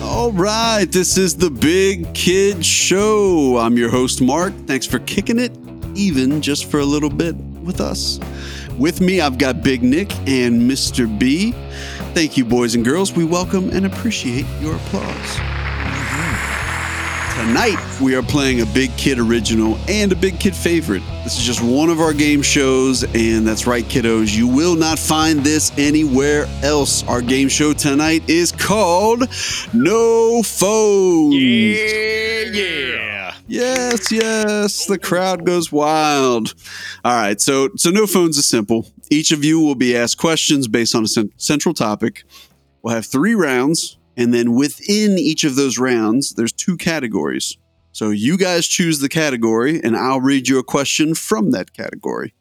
right, this is the Big Kid Show. I'm your host, Mark. Thanks for kicking it, even just for a little bit with us. With me, I've got Big Nick and Mr. B. Thank you, boys and girls. We welcome and appreciate your applause. Tonight, we are playing a Big Kid original and a Big Kid favorite. This is just one of our game shows, and that's right, kiddos. You will not find this anywhere else. Our game show tonight is called No Phones. yeah. Yes, yes, the crowd goes wild. All right, so so no phones is simple. Each of you will be asked questions based on a cen- central topic. We'll have three rounds, and then within each of those rounds, there's two categories. So you guys choose the category, and I'll read you a question from that category.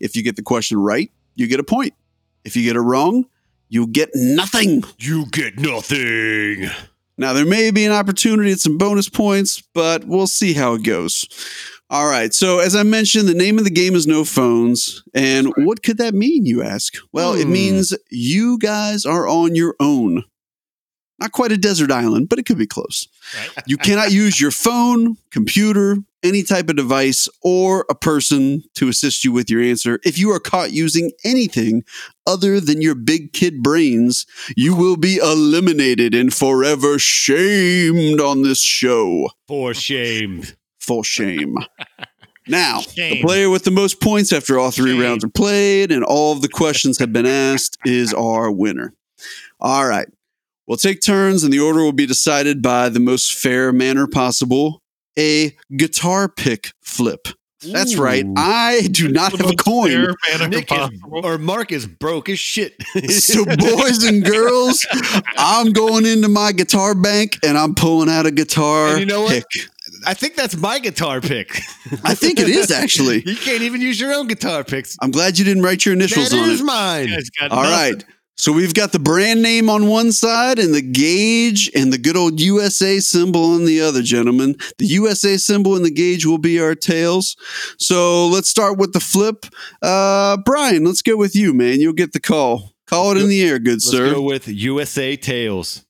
If you get the question right, you get a point. If you get it wrong, you get nothing. You get nothing. Now, there may be an opportunity at some bonus points, but we'll see how it goes. All right. So, as I mentioned, the name of the game is No Phones. And what could that mean, you ask? Well, it Hmm. means you guys are on your own. Not quite a desert island, but it could be close. You cannot use your phone, computer, any type of device, or a person to assist you with your answer. If you are caught using anything other than your big kid brains, you will be eliminated and forever shamed on this show. For shame. Full shame. Now, the Shame. player with the most points after all three Shame. rounds are played and all of the questions have been asked is our winner. All right. We'll take turns and the order will be decided by the most fair manner possible a guitar pick flip. That's right. I do not have a coin. Nick is, or Mark is broke as shit. So, boys and girls, I'm going into my guitar bank and I'm pulling out a guitar And you know what? pick. I think that's my guitar pick. I think it is actually. You can't even use your own guitar picks. I'm glad you didn't write your initials That on is it. mine. All right. So we've got the brand name on one side and the gauge and the good old USA symbol on the other, gentlemen. The USA symbol and the gauge will be our tails. So let's start with the flip. Uh, Brian, let's go with you, man. You'll get the call. Call it in the air, good Let's sir. go with USA Tails.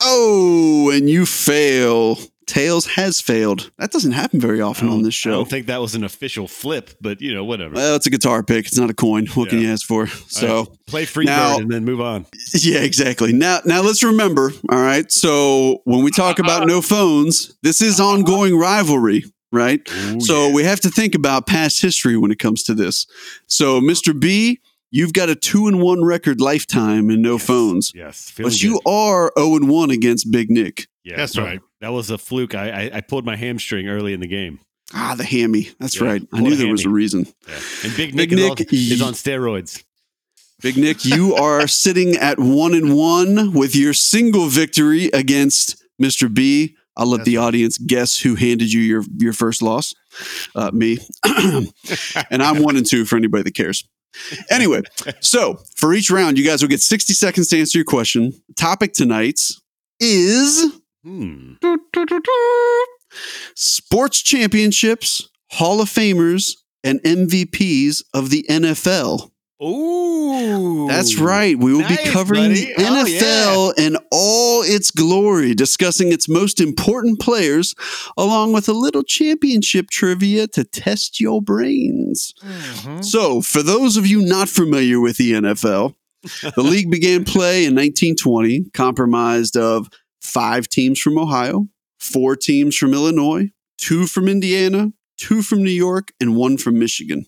Oh, and you fail. Tails has failed. That doesn't happen very often on this show. I don't think that was an official flip, but you know, whatever. Well, it's a guitar pick. It's not a coin. What can Yeah. you ask for? So. Play free Now- bird and then move on. Yeah, exactly. Now, now let's remember. All right. So when we talk about no phones, this is Uh-huh. ongoing rivalry, right? so we have to think about past history when it comes to this. So, Mr. B, you've got a two and one record lifetime in no Yes. phones, yes, feeling but you good. are zero and one against Big Nick. Yeah, That's no, right. That was a fluke. I, I I pulled my hamstring early in the game, Ah, the hammy. That's Yeah, right. I what knew a there was a hammy. reason. yeah. and Big Nick, Big is, Nick, on, is on steroids. Big Nick, you are sitting at one and one with your single victory against Mr. B. I'll let the audience guess who handed you your your first loss. Uh, me. and I'm one and two for anybody that cares. Anyway, so for each round, you guys will get 60 seconds to answer your question. Topic tonight's is Hmm. sports championships, Hall of Famers, and MVPs of the NFL. Ooh, That's right. We will be Nice, covering the buddy. Oh, NFL in all its glory, discussing its most important players, along with a little championship trivia to test your brains. So, for those of you not familiar with the NFL, the league began play in 1920, comprised of five teams from Ohio, four teams from Illinois, two from Indiana, two from New York, and one from Michigan.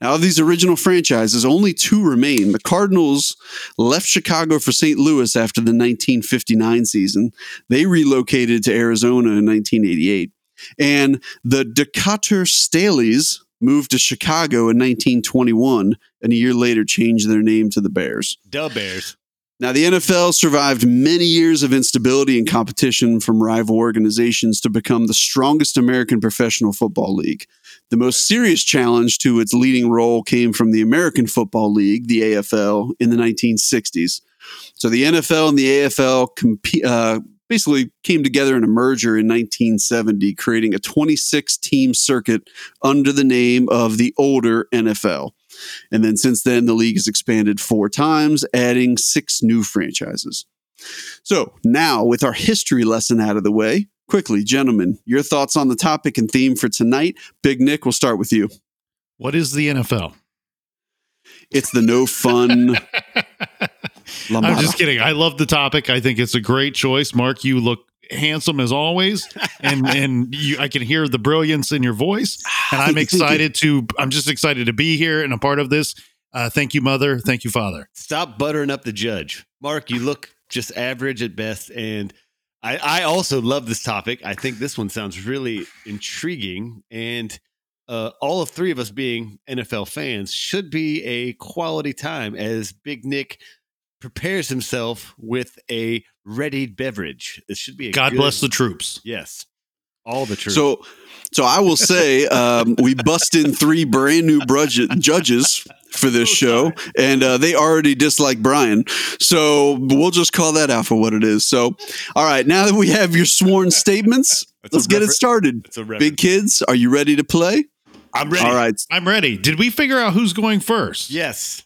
Now, of these original franchises, only two remain. The Cardinals left Chicago for St. Louis after the 1959 season. They relocated to Arizona in 1988. And the Decatur Staleys moved to Chicago in 1921 and a year later changed their name to the Bears. Dub Bears. Now, the NFL survived many years of instability and competition from rival organizations to become the strongest American professional football league. The most serious challenge to its leading role came from the American Football League, the AFL, in the 1960s. So the NFL and the AFL comp- uh, basically came together in a merger in 1970, creating a 26 team circuit under the name of the older NFL. And then since then, the league has expanded four times, adding six new franchises. So now, with our history lesson out of the way, quickly, gentlemen, your thoughts on the topic and theme for tonight. Big Nick, we'll start with you. What is the NFL? It's the no fun. La I'm just Mala. kidding. I love the topic. I think it's a great choice. Mark, you look handsome as always, and and you, I can hear the brilliance in your voice. And I'm excited to. I'm just excited to be here and a part of this. Uh, thank you, mother. Thank you, father. Stop buttering up the judge. Mark, you look just average at best. And I, I also love this topic. I think this one sounds really intriguing. And uh, all of three of us being NFL fans should be a quality time as Big Nick prepares himself with a ready beverage. This should be a God good- bless the troops. Yes. All the truth. So, so I will say um, we bust in three brand new budget judges for Oh, this show, and uh, they already dislike Brian. So we'll just call that out for what it is. So, all right, now that we have your sworn statements, That's a let's get it refer- started. it's a reference. Big kids, are you ready to play? I'm ready. All right, I'm ready. Did we figure out who's going first? Yes.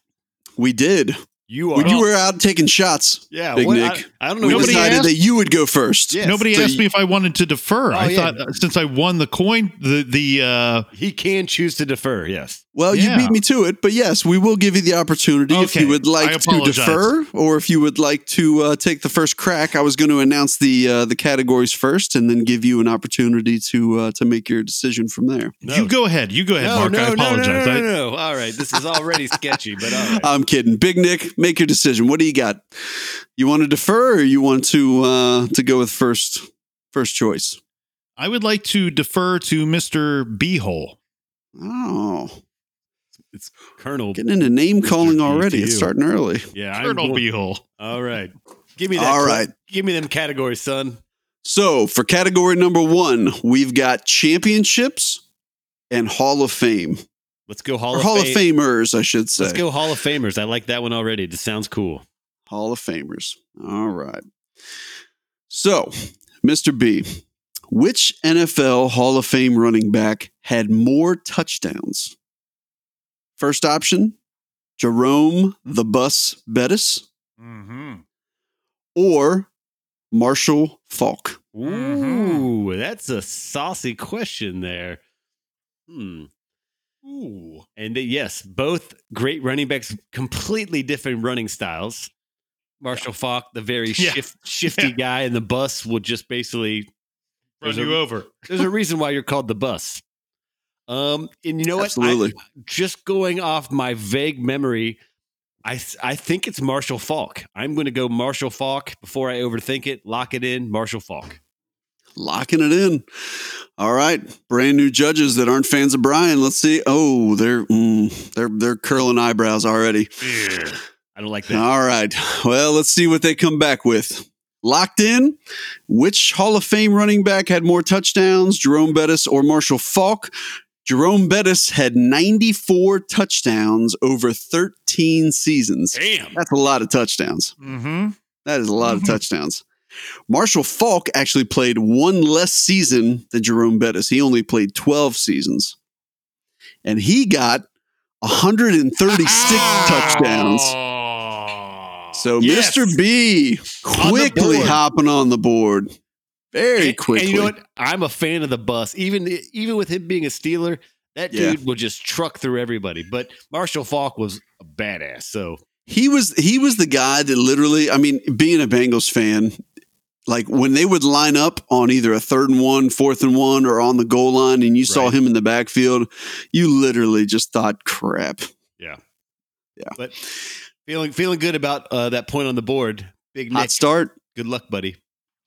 we did. You are. When you were out taking shots, yeah. Big what- Nick. I, I don't know. we Nobody decided asked- that you would go first. Yes. Nobody So asked you- me if I wanted to defer. I Oh, yeah. thought uh, since I won the coin, the the uh, He can choose to defer. Yes. Well, Yeah. you beat me to it, but yes, we will give you the opportunity if Okay. you would I like to apologize. defer, or if you would like to uh, take the first crack. I was going to announce the uh, the categories first, and then give you an opportunity to uh, to make your decision from there. you go ahead. You go ahead, Mark. I apologize. No, no, I- no, no, no. All right. This is already sketchy, but all right. I'm kidding, Big Nick. Make your decision. What do you got? You want to defer, or you want to uh, to go with first first choice? I would like to defer to Mr. Beehole. Oh, It's Colonel. getting into name calling Mr. already. It's BTU. starting early. Yeah. I'm Colonel going- Beehole. All right. Give me that. All All right. right. Give me them categories, son. So, for category number one, we've got championships and Hall of Fame. Let's go Hall, or of, eh? Hall Fame. of Famers, I should say. Let's go Hall of Famers. I like that one already. This sounds cool. Hall of Famers. All right. So, Mr. B, which NFL Hall of Fame running back had more touchdowns? First option, Jerome the Bus Bettis Mm-hmm. or Marshall Falk? Mm-hmm. Ooh, that's a saucy question there. Hmm. Ooh. And they, yes, both great running backs, completely different running styles. Marshall Falk, the very Yeah. shift, shifty Yeah. guy, and the bus will just basically Run There's you a- over. There's a reason why you're called the bus. Um, and you know what? I- Absolutely. just going off my vague memory, I I think it's Marshall Falk. I'm going to go Marshall Falk before I overthink it. Lock it in, Marshall Falk. Locking it in. All right, brand new judges that aren't fans of Brian. Let's see. Oh, they're mm, they're they're curling eyebrows already. I don't like that. All right. Well, let's see what they come back with. Locked in. Which Hall of Fame running back had more touchdowns, Jerome Bettis or Marshall Falk? Jerome Bettis had 94 touchdowns over 13 seasons. Damn. That's a lot of touchdowns. Mm-hmm. That is a lot Mm-hmm. of touchdowns. Marshall Falk actually played one less season than Jerome Bettis. He only played 12 seasons. And he got 136 Ah. touchdowns. Oh. So Yes. Mr. B quickly board. hopping on the board. Very And- quickly. And you know what? I'm a fan of the bus. Even even with him being a Steeler, that Yeah. dude will just truck through everybody. But Marshall Falk was a badass. So He was he was the guy that literally, I mean, being a Bengals fan, like when they would line up on either a third and one, fourth and one, or on the goal line, and you saw Right. him in the backfield, you literally just thought, crap. but feeling feeling good about uh, that point on the board. Big Hot Nick, start. good luck, buddy.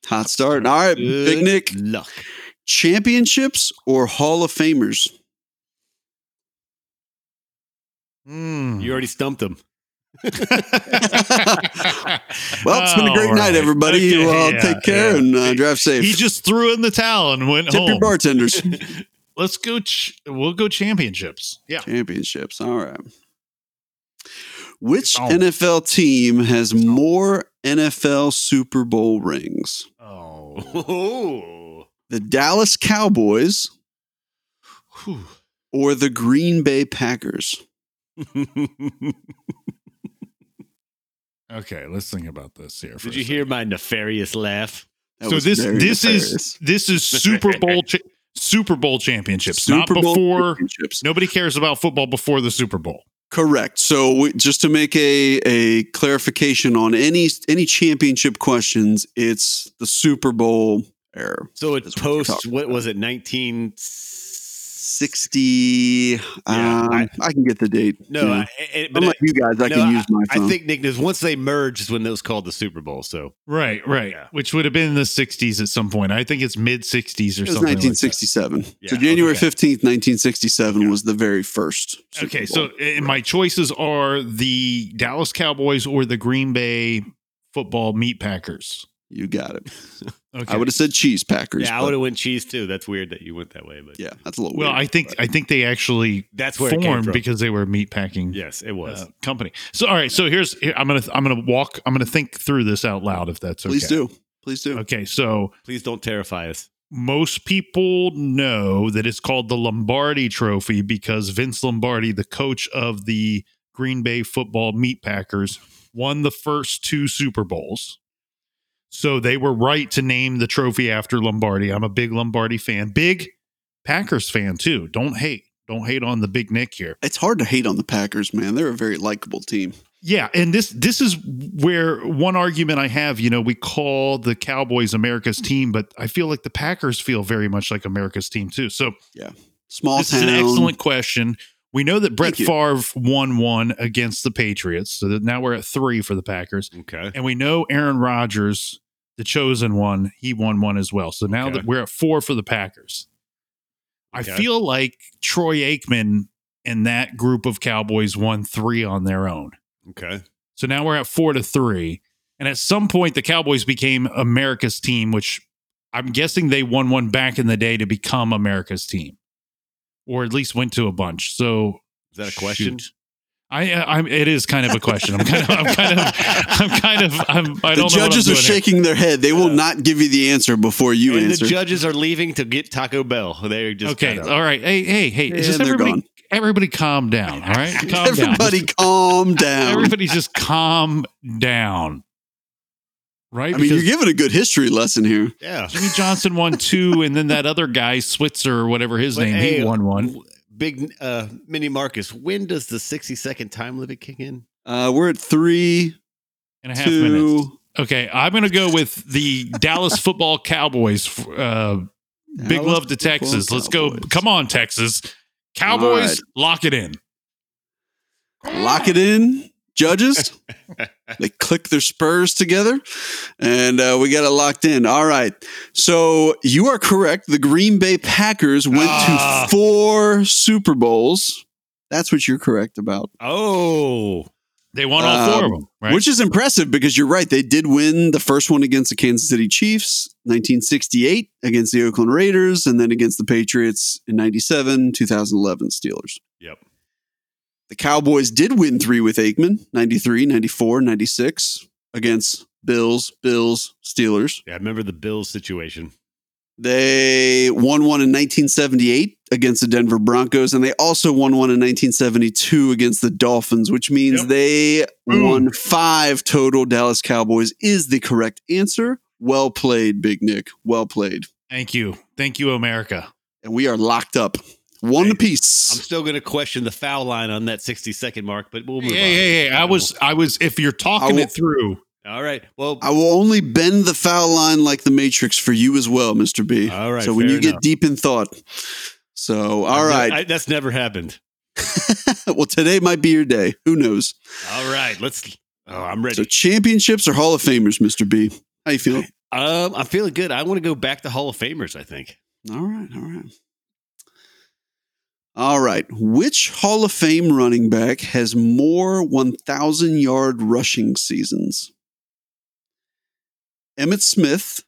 Hot start. All right, Good Big Nick. Luck. Championships or Hall of Famers? Hmm. Mm-hmm. You already stumped him. Well, it's been a great All night, right. everybody. you Okay, all yeah, take care yeah. and uh, drive safe. He just threw in the towel and went Tip your home. bartenders. Let's go. Ch- we'll go championships. Yeah. Championships. All right. Which Oh. NFL team has more NFL Super Bowl rings? Oh. Oh. The Dallas Cowboys or the Green Bay Packers? Okay, let's think about this here. for Did a you hear my nefarious laugh? That so was this very this nefarious. is this is Super Bowl cha- Super Bowl championships, not Super Bowl before. championships. Nobody cares about football before the Super Bowl. Correct. So we, just to make a a clarification on any any championship questions, it's the Super Bowl error. So it's That's what we're post. talking What about. was it? Nineteen 60 um, I, I- can get the date. No, Yeah. I, I- but unlike you guys, I no, can use my I, phone. I think Nick is once they merged is when that was called the Super Bowl. So Right, right. Yeah. Which would have been in the 60s at some point. I think it's mid 60s or it was something. like that. 1967. so Yeah, January okay. 15th, 1967 was the very first. Super okay, so Bowl. uh, my choices are the Dallas Cowboys or the Green Bay football meat packers. you got it. Okay. I would have said cheese packers. yeah, I but- would have went cheese too. That's weird that you went that way, but yeah, that's a little well, weird. I think I think they actually that's where it came formed from. because they were a meat packing yes, it was. uh, company. So all right, so here's here, I'm going to I'm going to walk I'm going to think through this out loud if that's okay. Please do. Please do. Okay, so Please don't terrify us. most people know that it's called the Lombardi Trophy because Vince Lombardi, the coach of the Green Bay football meatpackers, won the first two Super Bowls. So they were right to name the trophy after Lombardi. I'm a big Lombardi fan, big Packers fan too. Don't hate. Don't hate on the big Nick here. It's hard to hate on the Packers, man. They're a very likable team. Yeah, and this this is where one argument I have, you know, we call the Cowboys America's team, but I feel like the Packers feel very much like America's team too. So Small this town. is an excellent question. We know that Brett Thank you. Favre won one against the Patriots, so that now we're at three for the Packers, Okay. and we know Aaron Rodgers, the chosen one, he won one as well. So now Okay. that we're at four for the Packers, I Okay. feel like Troy Aikman and that group of Cowboys won three on their own. Okay. So now we're at four to three. And at some point, the Cowboys became America's team, which I'm guessing they won one back in the day to become America's team, or at least went to a bunch. So Is that a question? shoot. I, I, I'm. It is kind of a question. I'm kind of. I'm kind of. I'm kind of. I'm, I the don't know. what I'm judges are doing here. shaking their head. They will not give you the answer before you and answer. the judges are leaving to get Taco Bell. They're just Okay. kinda- All right. Hey. Hey. Hey. And Just they're everybody. gone. Everybody, calm down. All right. Calm down. Everybody, calm down. Everybody, just calm down. Right. I mean, you're giving a good history lesson here. Yeah. Jimmy Johnson won two, and then that other guy, Switzer or whatever his But name, he hey, won one. w- Big uh, Mini Marcus. When does the sixty second time limit kick in? Uh, we're at three, and a half minutes. two. Okay, I'm gonna go with the Dallas Football Cowboys. f- Uh, big Dallas love to Football Texas. Let's go. Cowboys. Come on, Texas Cowboys, right. lock it in. Lock it in, judges. they click their spurs together, and uh, we got it locked in. All right. So you are correct. The Green Bay Packers went Ah. to four Super Bowls. That's what you're correct about, Oh, They won all four of them, right? Uh, which is impressive because you're right. They did win the first one against the Kansas City Chiefs, 1968, against the Oakland Raiders, and then against the Patriots in 97, 2011 Steelers. Yep. The Cowboys did win three with Aikman, 93, 94, 96, against Bills, Bills, Steelers. yeah. I remember the Bills situation. They won one in 1978 against the Denver Broncos, and they also won one in 1972 against the Dolphins, which means Yep. they Boom. won five total. Dallas Cowboys is the correct answer. Well played, Big Nick. Well played. Thank you, thank you, America. And we are locked up. One Hey, I'm apiece. still going to question the foul line on that sixty second mark, but we'll Hey, move hey, hey! I was, I was. If you're I talking will- it through, on. All right. Well, I will only bend the foul line like the Matrix for you as well, Mr. B. all right. so when fair you get enough. deep in thought. So, all right. I- that's never happened. well, today might be your day. Who knows? All right. Let's. Oh, I'm ready. So, championships or Hall of Famers, Mr. B? How you feeling? um, I'm feeling good. I want to go back to Hall of Famers. I think. All right, all right. All right. Which Hall of Fame running back has more 1,000 yard rushing seasons? Emmett Smith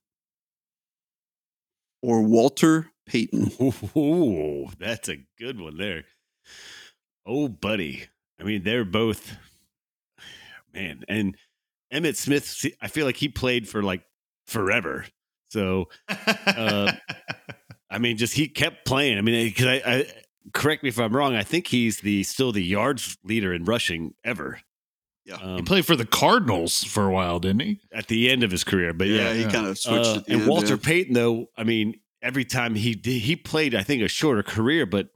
or Walter Payton? Ooh, that's a good one there. Oh, buddy. I mean, they're both man. And Emmett Smith, see, I feel like he played for like forever. So, uh, I mean, just he kept playing. I mean, because I, I correct me if I'm wrong. I think he's the still the yards leader in rushing ever. Yeah. He Um, played for the Cardinals for a while, didn't he? at the end of his career, but yeah, yeah, he yeah. kind of switched. Uh, at the and end, Walter yeah. Payton, though, I mean, every time he did, he played, I think a shorter career, but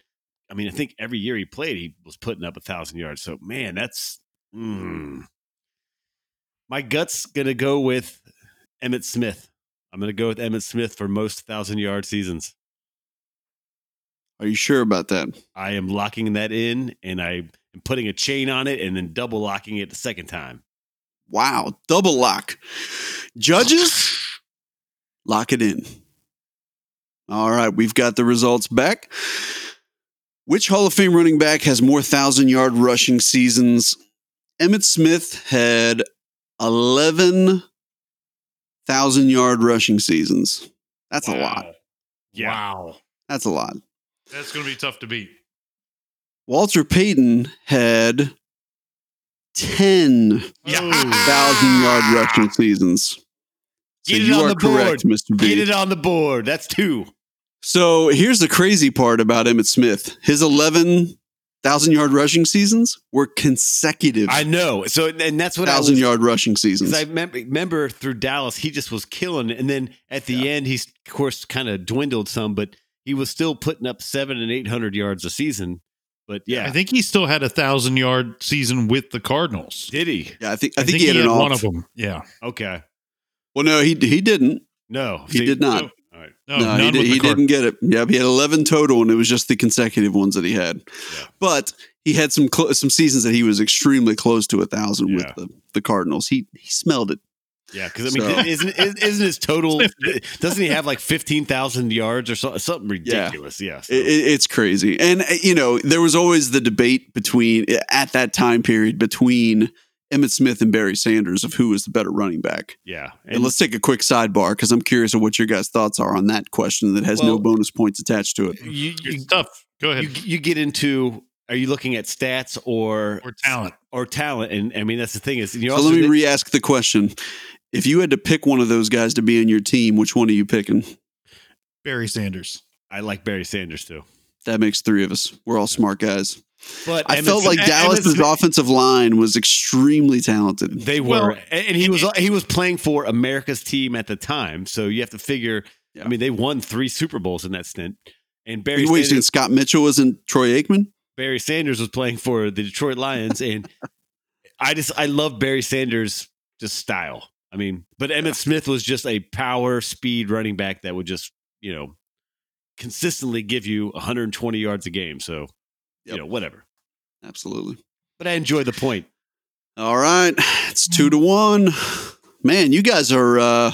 I mean, I think every year he played, he was putting up a thousand yards. So, man, that's mm. my gut's gonna go with Emmett Smith. I'm gonna go with Emmett Smith for most thousand yard seasons. Are you sure about that? I am locking that in, and I am putting a chain on it, and then double locking it the second time. Wow, double lock. Judges, lock it in. All right, we've got the results back. Which Hall of Fame running back has more thousand yard rushing seasons? Emmett Smith had 11,000 yard rushing seasons. That's a lot. Yeah. Wow. That's a lot. That's going to be tough to beat. Walter Payton had 10,000 Yeah. yard rushing seasons. So Ah. Get it you on are the correct, Mr. B. Get it on the board. That's two. So here's the crazy part about Emmett Smith. His 11,000 yard rushing seasons were consecutive I know. So, and that's what I was 1,000 yard rushing seasons. Because I mem- remember through Dallas, he just was killing. it. And then at the end, he's, of course, kind of dwindled some, but he was still putting up seven and 800 yards a season. But yeah, I think he still had a thousand yard season with the Cardinals. did he? yeah, I think, I think, he had, an off. one of them. Yeah. Okay. Well, no, he, he didn't. No. He did not. no. All right. no, he, Oh, none did, with the he Card- didn't get it. Yeah, he had 11 total, and it was just the consecutive ones that he had. Yeah. But he had some clo- some seasons that he was extremely close to a 1,000 Yeah. with the, the Cardinals. He, he smelled it. Yeah. Because, I mean, So- isn't, isn't isn't his total, doesn't he have like 15,000 yards or so, something Yeah. ridiculous? Yeah. so- It, it- it's crazy. And, uh, you know, there was always the debate between, uh, at that time period, between Emmett Smith and Barry Sanders of who was the better running back. yeah. And, And let's take a quick sidebar because I'm curious of what your guys' thoughts are on that question that has no Well- bonus points attached to it. you, Your you, stuff. you, Go ahead. you get into, are you looking at stats or, Or talent. or talent? And I mean, that's the thing is, you know, So let me re ask the question. If you had to pick one of those guys to be on your team, which one are you picking? Barry Sanders. I like Barry Sanders too. That makes three of us. We're all smart guys. But I Emmett felt Smith- like Dallas's Emmett offensive line was extremely talented. Smith- They were, Well, and and he was he was playing for America's team at the time. So you have to figure. Yeah. I mean, they won three Super Bowls in that stint, and Barry Wait, you saying Sanders, Scott Mitchell isn't Troy Aikman? Barry Sanders was playing for the Detroit Lions, and I just I love Barry Sanders just style. I mean, but Emmett Smith was just a power speed running back that would just you know consistently give you 120 yards a game. So Yep. you know whatever. Absolutely. But I enjoy the point. All right. It's two to one. Man, you guys are uh,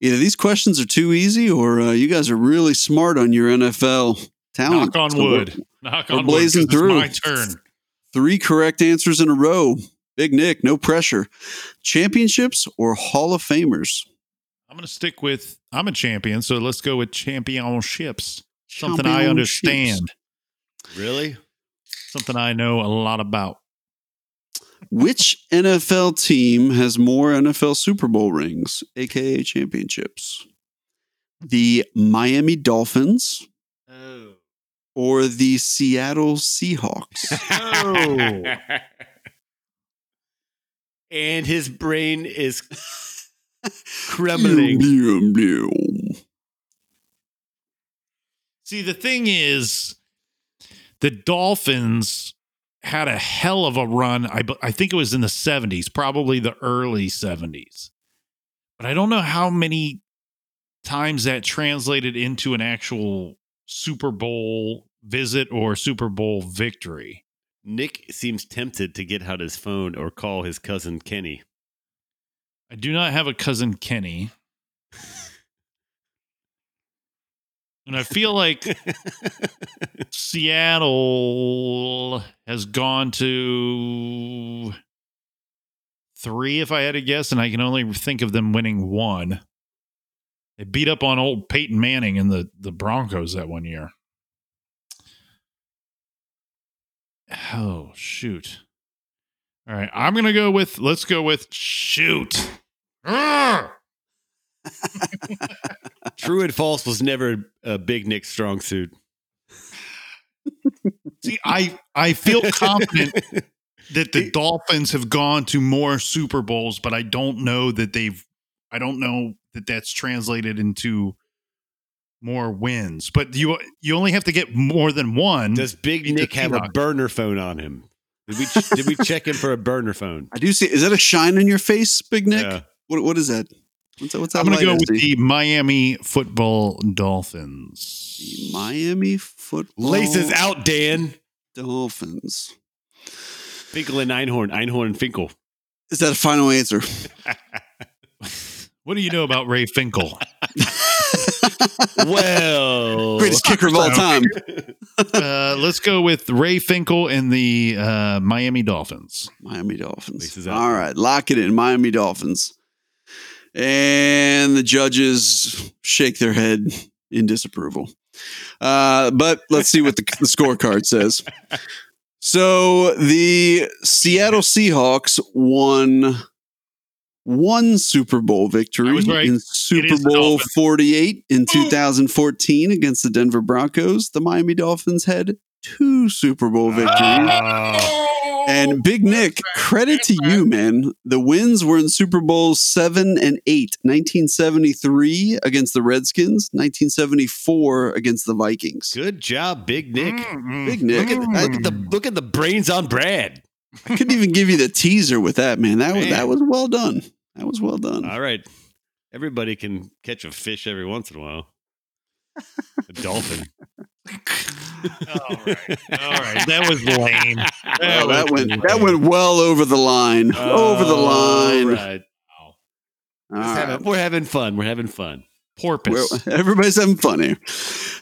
either these questions are too easy or uh, you guys are really smart on your NFL talent. Knock on So we're- wood. Knock we're on blazing wood. 'cause through. It's my turn. Three correct answers in a row. Big Nick, no pressure. Championships or Hall of Famers? I'm going to stick with, I'm a champion. So let's go with championships. Something I Championships. understand. Really? Something I know a lot about. Which NFL team has more NFL Super Bowl rings, aka championships? The Miami Dolphins Oh. or the Seattle Seahawks? Oh. and his brain is crumbling. Yum, yum, yum. See, the thing is, the Dolphins had a hell of a run. I, bu- I think it was in the 70s, probably the early 70s. But I don't know how many times that translated into an actual Super Bowl visit or Super Bowl victory. Nick seems tempted to get out his phone or call his cousin Kenny. I do not have a cousin Kenny. And I feel like Seattle has gone to three, if I had to guess, and I can only think of them winning one. They beat up on old Peyton Manning and the, the Broncos that one year. Oh, shoot. All right. I'm going to go with, let's go with shoot. Arrgh! True and false was never a big Nick strong suit. See, I, I feel confident that the Dolphins have gone to more Super Bowls, but I don't know that they've. I don't know that that's translated into more wins. But you you only have to get more than one. Does Big Beat the Nick have a Seahawks. burner phone on him? Did we did we check him for a burner phone? Uh, I do see. Is that a shine on your face, Big Nick? oh. Yeah. What what is that? What's that? What's that? I'm going to light I go with see? the Miami Football Dolphins. The Miami football Laces out, Dan. Dolphins. Finkel and Einhorn. Einhorn and Finkel. Is that a final answer? What do you know about Ray Finkel? Well, Greatest kicker of all time. uh, let's go with Ray Finkel and the uh, Miami Dolphins. Miami Dolphins. Laces out. All right, lock it in. Miami Dolphins. And the judges shake their head in disapproval. Uh, but let's see what the, the scorecard says. So the Seattle Seahawks won one Super Bowl victory I was right. in It Super is the Bowl Dolphins. 48 in 2014 against the Denver Broncos. The Miami Dolphins had two Super Bowl victories. Mm-hmm. And Big Nick, credit to you, man. The wins were in Super Bowls 7 and 8, 1973 against the Redskins, 1974 against the Vikings. good job, Big Nick. Big Nick. Look at the look at the brains on Brad. I couldn't even give you the teaser with that, man. That was Man. that was well done. That was well done. All right, everybody can catch a fish every once in a while. A dolphin. All right. All right. That was lame. Well, that went that went well over the line. over the line. All right. All Let's have right. it. We're having fun. We're having fun. porpoise. Well, everybody's having fun here.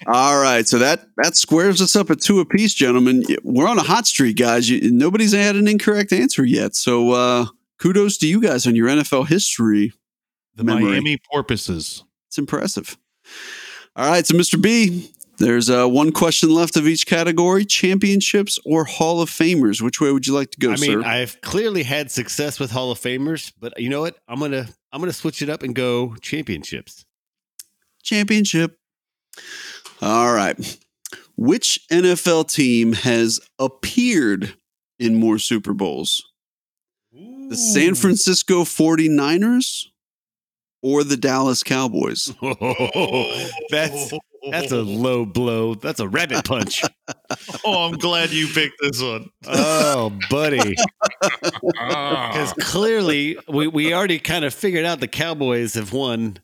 All right, so that that squares us up at two apiece, gentlemen. We're on a hot streak, guys. You, nobody's had an incorrect answer yet, so uh, kudos to you guys on your NFL history. the memory. Miami porpoises. It's impressive. All right, so Mr. B, there's uh, one question left of each category: championships or Hall of Famers. Which way would you like to go, I sir? mean, I've clearly had success with Hall of Famers, but you know what? I'm gonna I'm gonna switch it up and go championships. Championship. All right. Which NFL team has appeared in more Super Bowls? The San Francisco 49ers or the Dallas Cowboys? that's that's a low blow. That's a rabbit punch. Oh, I'm glad you picked this one. oh, buddy. Because clearly, we, we already kind of figured out the Cowboys have won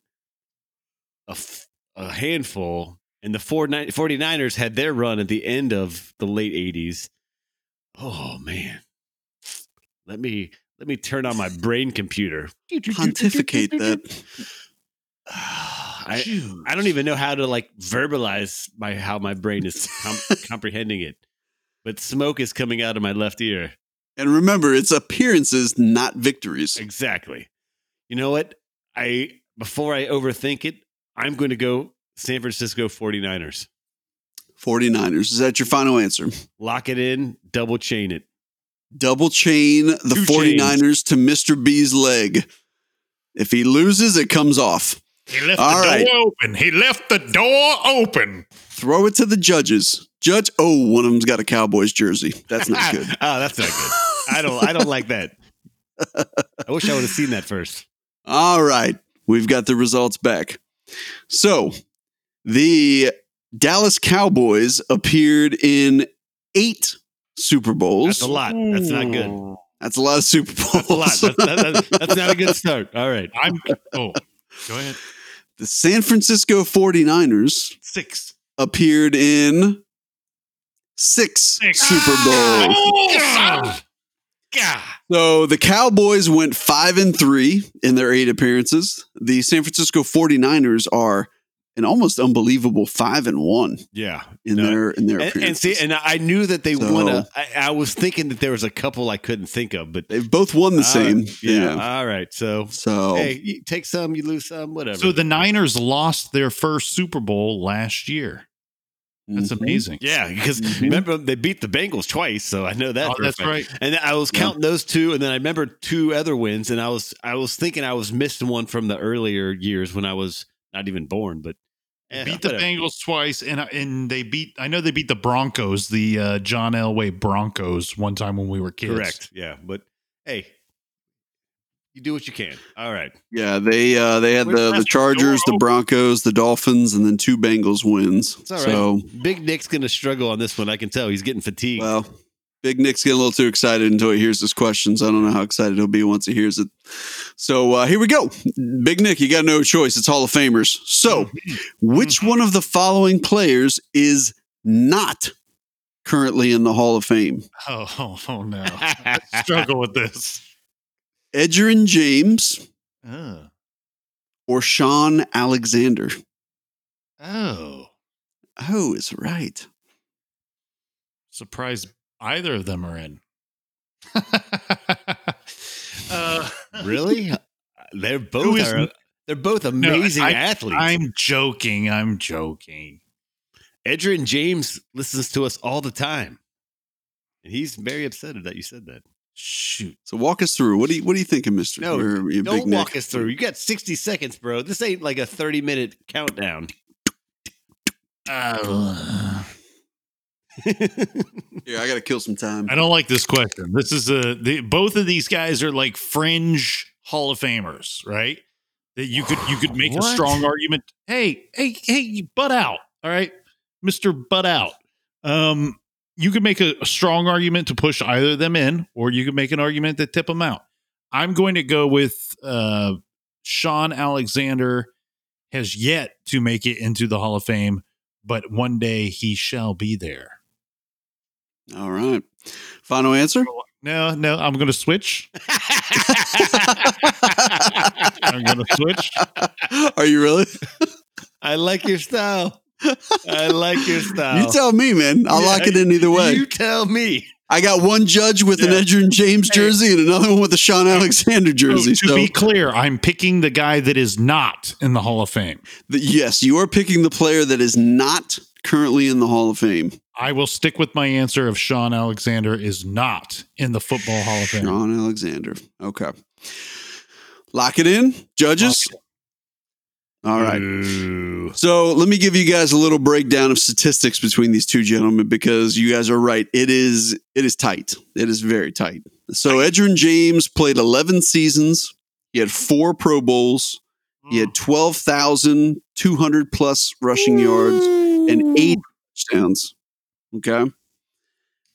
a, f- a handful, and the 49 49ers had their run at the end of the late 80s. Oh, man. Let me let me turn on my brain computer. Pontificate that. I, I don't even know how to like verbalize my how my brain is com- comprehending it. But smoke is coming out of my left ear. And remember, it's appearances, not victories. Exactly. You know what? I before I overthink it, I'm going to go San Francisco 49ers. 49ers. Is that your final answer? Lock it in, double chain it. Double chain the Two 49ers to Mr. B's leg. If he loses, it comes off. He left All the right. door open. He left the door open. Throw it to the judges. Judge, oh, one of them's got a Cowboys jersey. That's not oh, good. that's not good. I don't I don't like that. I wish I would have seen that first. All right. We've got the results back. So the Dallas Cowboys appeared in eight Super Bowls. That's a lot. That's not good. That's a lot of Super Bowls. That's a lot. That's, that- that- that's not a good start. All right. I'm. Oh, go ahead. the San Francisco 49ers Six. appeared in six, Six. Super Ah! Bowls. Oh, God. So the Cowboys went five and three in their eight appearances. The San Francisco 49ers are an almost unbelievable five and one Yeah. in No. their in their And, appearances. and see, and I knew that they So- won a. I, I was thinking that there was a couple I couldn't think of, but They've both won the Uh, same. yeah. yeah. Oh. All right. So So hey, you take some, you lose some, whatever. So the Niners lost their first Super Bowl last year. That's mhm. amazing. yeah, because Mhm. remember they beat the Bengals twice, so I know that. Mm-hmm. Oh, for a that's fact. right. And I was Yeah. counting those two, and then I remember two other wins, and I was I was thinking I was missing one from the earlier years when I was not even born, but Eh, beat the whatever. Bengals twice, and uh, and they beat. I know they beat the Broncos, the uh, John Elway Broncos, one time when we were kids. Correct. Yeah, but hey, you do what you can. All right. Yeah, they uh, they had Where's the, the that Chargers, the door? Broncos, the Dolphins, and then two Bengals wins. It's all right. So Big Nick's going to struggle on this one. I can tell he's getting fatigued. well, Big Nick's getting a little too excited until he hears his questions. I don't know how excited he'll be once he hears it. So uh, here we go, Big Nick. You got no choice. It's Hall of Famers. So, Mm-hmm. which one of the following players is not currently in the Hall of Fame? Oh, oh, oh, no, struggle with this. Edgerrin James Oh, or Sean Alexander? oh, Oh, is right. surprised either of them are in. uh, really? They're Who both is- are, they're both amazing I- athletes. I'm joking. I'm joking. Edrin James listens to us all the time. And he's very upset that you said that. Shoot. So walk us through. What do you What are you thinking, Mister? No, Don't walk us through. You got 60 seconds, bro. This ain't like a 30 minute countdown. Uh, Here, I got to kill some time. I don't like this question. This is a the, both of these guys are like fringe Hall of Famers, right? That you could you could make a What? strong argument. Hey, hey, hey, you butt out. All right, Mister Butt Out. Um, you could make a, a strong argument to push either of them in, or you could make an argument to tip them out. I'm going to go with uh, Sean Alexander has yet to make it into the Hall of Fame, but one day he shall be there. All right. Final answer. No, no, I'm going to switch. I'm going to switch. Are you really? I like your style. I like your style. You tell me, man. I'll Oh. Yeah, lock it in either way. You tell me. I got one judge with an Yeah. Edgerrin James Hey. jersey and another one with a Sean Alexander jersey. to so, be clear, I'm picking the guy that is not in the Hall of Fame. th- yes, you are picking the player that is not currently in the Hall of Fame. I will stick with my answer of Sean Alexander is not in the Football Hall of Fame. Sean Alexander. Okay. Lock it in, judges. All right. Ooh. So let me give you guys a little breakdown of statistics between these two gentlemen because you guys are right. It is it is tight. It is very tight. So Edgerrin James played 11 seasons. He had four Pro Bowls. He Mm. had 12,200 plus rushing yards and eight touchdowns. Okay.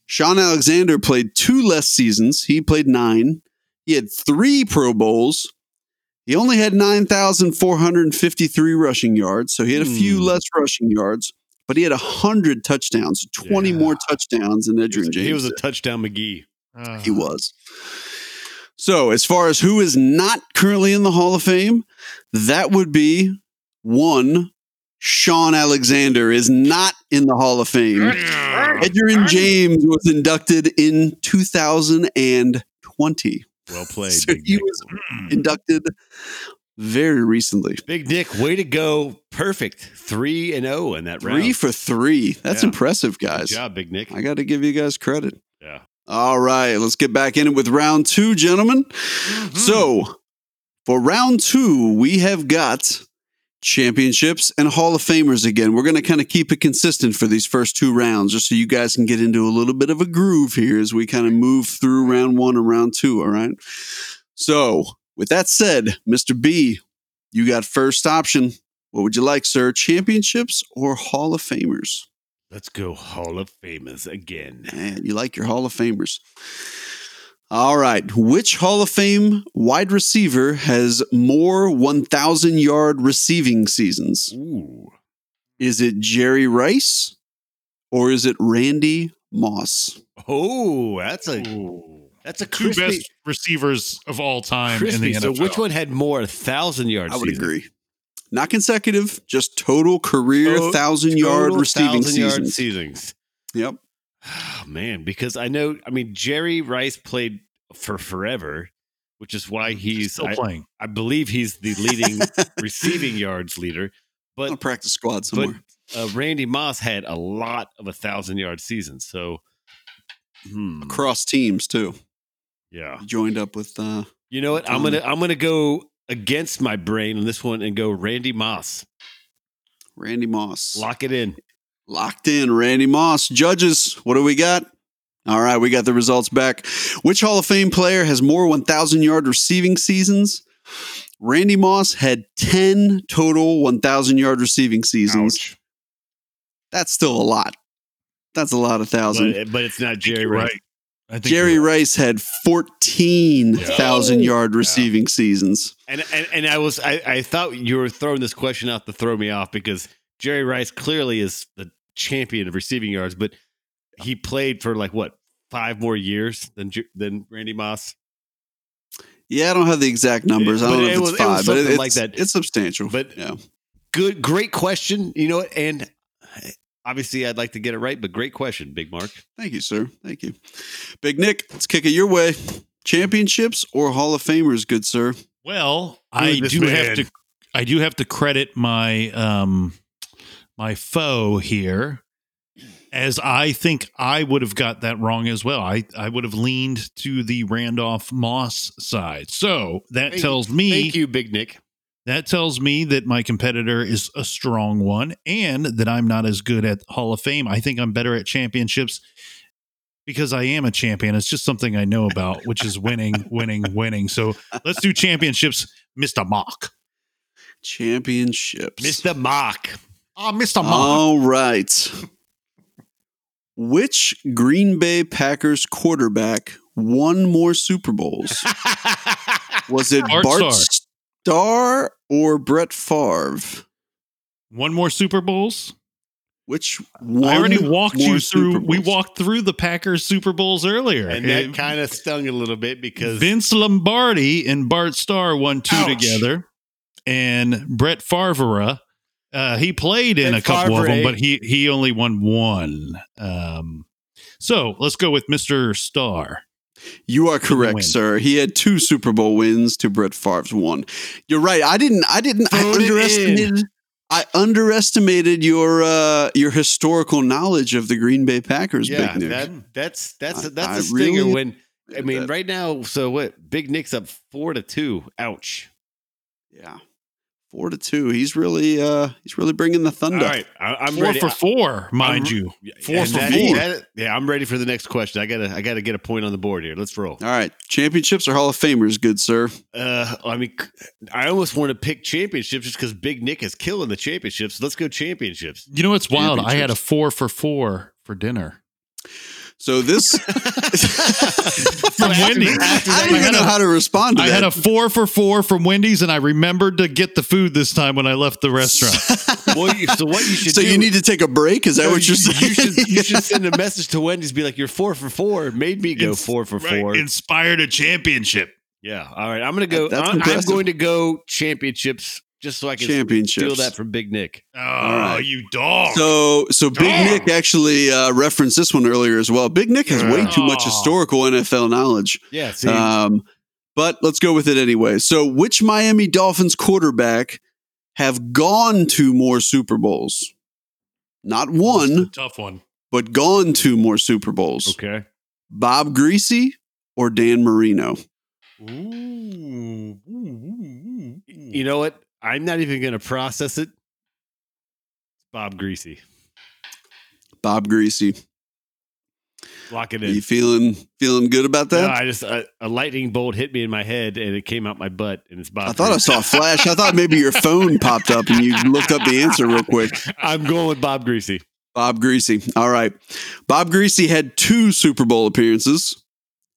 Sean Alexander played two less seasons. He played nine. He had three Pro Bowls. He only had 9,453 rushing yards. So he had a few Hmm. less rushing yards, but he had 100 touchdowns, 20 Yeah. more touchdowns than He was, Edgerrin a, James. he was a did. touchdown McGee. Uh, He was. So, as far as who is not currently in the Hall of Fame, that would be one, Sean Alexander is not in the Hall of Fame. Edgerrin James was inducted in 2020. Well played. So Big, he Nick. was Hmm. inducted very recently. Big Nick, way to go. Perfect. 3 and 0 in that round. Three for three. That's Yeah. impressive, Good guys. job, Big Nick. I got to give you guys credit. Yeah. All right, let's get back in it with round two, gentlemen. So for round two, we have got championships and Hall of Famers again. We're going to kind of keep it consistent for these first two rounds, just so you guys can get into a little bit of a groove here as we kind of move through round one and round two. All right. So with that said, Mr. B, you got first option. What would you like, sir? Championships or Hall of Famers? Let's go Hall of Famers again. Man, you like your Hall of Famers. All right. Which Hall of Fame wide receiver has more 1,000 yard receiving seasons? Ooh. Is it Jerry Rice or is it Randy Moss? Oh, that's a that's a two crispy, best receivers of all time in crispy. the So NFL. which one had more thousand yards? I would agree. Not consecutive, just total career Total- 1,000 yard receiving seasons. seasons. Yep. Oh, man, because I know. I mean, Jerry Rice played for forever, which is Mm, why he's. still I, playing? I believe he's the leading receiving yards leader. On a But practice squad somewhere. uh, Randy Moss had a lot of a thousand yard seasons. So, hmm, Across teams, too. yeah. He Joined up with, uh, You know what? I'm Tommy. gonna I'm gonna go against my brain on this one and go Randy Moss. Randy Moss. Lock it in. Locked in, Randy Moss. Judges, what do we got? All right, we got the results back. Which Hall of Fame player has more 1,000 yard receiving seasons? Randy Moss had 10 total 1,000 yard receiving seasons. Ouch. That's still a lot. That's a lot of thousand. But, but it's not Jerry You're Rice. right. I think Jerry you're right. Rice had 14,000 yard receiving seasons. And, and and I was I, I thought you were throwing this question out to throw me off because Jerry Rice clearly is the champion of receiving yards, but he played for like what five more years than Jer- than Randy Moss. Yeah, I don't have the exact numbers. I But don't know it if was- it's it was five, but something it's, like that. it's substantial. But- yeah. Good, great question. You know, what? and obviously I'd like to get it right, but great question, Big Mark. Thank you, sir. Thank you. Big Nick, let's kick it your way. Championships or Hall of Famers, good sir? Well, Look I at this do man. have to I do have to credit my um my foe here as I think I would have got that wrong as well. I I would have leaned to the Randolph Moss side. So, that Thank- tells me Thank you, Big Nick. That tells me that my competitor is a strong one and that I'm not as good at Hall of Fame. I think I'm better at championships because I am a champion. It's just something I know about, which is winning, winning, winning. So let's do championships, Mr. Mock. Championships. Mr. Mock. Ah, Mr. Mock. All right. Which Green Bay Packers quarterback won more Super Bowls? Was it Bart Bart, Starr. or Brett Favre? One more Super Bowls. Which one? I already walked more you through. Super We Bowls? walked through the Packers Super Bowls earlier. And Uh, that kind of stung a little bit because Vince Lombardi and Bart Starr won two Ouch. together, and Brett Favre. Uh, he played in Brett a couple of Favre. them, but he he only won one. Um, so let's go with Mister Starr. You are correct, win. sir. He had two Super Bowl wins to Brett Favre's one. You're right. I didn't. I didn't. I Vote it underestimated. I underestimated your uh, your historical knowledge of the Green Bay Packers. yeah, Big Nick. that that's that's I- that's I a stinger really when I mean, That- right now, so what? Big Nick's up four to two. Ouch. yeah, four to two. He's really uh, he's really bringing the thunder. All right, I, I'm Four ready. for I- four, mind I'm- you. yeah, four and for that- four. that- yeah, I'm ready for the next question. I gotta, I gotta get a point on the board here. Let's roll. All right. Championships or Hall of Famers, good sir. Uh, I mean, I almost want to pick championships just because Big Nick is killing the championships. Let's go championships. You know what's wild? I had a Championships. four for four for dinner. So this From Wendy's. I I don't even had know a- how to respond to I that. had a four for four from Wendy's, and I remembered to get the food this time when I left the restaurant. Well, you, so what you should so do? you need to take a break? Is that no, what you're you, you saying? should you should send a message to Wendy's. Be like, you're four for four. Made me go It's- four for Right, four. Inspired a championship. Yeah. All right. I'm gonna go. That's I'm, I'm impressive. going to go championships just so I can steal Championships. that from Big Nick. Oh, right. you dog. So, so Big Oh. Damn. Nick actually uh, referenced this one earlier as well. Big Nick has way Yeah. too much Aw. historical NFL knowledge, Yeah. See, um, but let's go with it anyway. So, which Miami Dolphins quarterback have gone to more Super Bowls? Not That's a one, tough one. but gone to more Super Bowls. Okay. Bob Greasy or Dan Marino? hmm. You know what? I'm not even going to process it. Bob Greasy. Bob Greasy. Lock it Are in. you feeling feeling good about No, that? I just a, a lightning bolt hit me in my head and it came out my butt and it's Bob. I thought I saw a flash. I thought maybe your phone popped up and you looked up the answer real quick. I am going with Bob Greasy. Bob Greasy. All right. Bob Greasy had two Super Bowl appearances.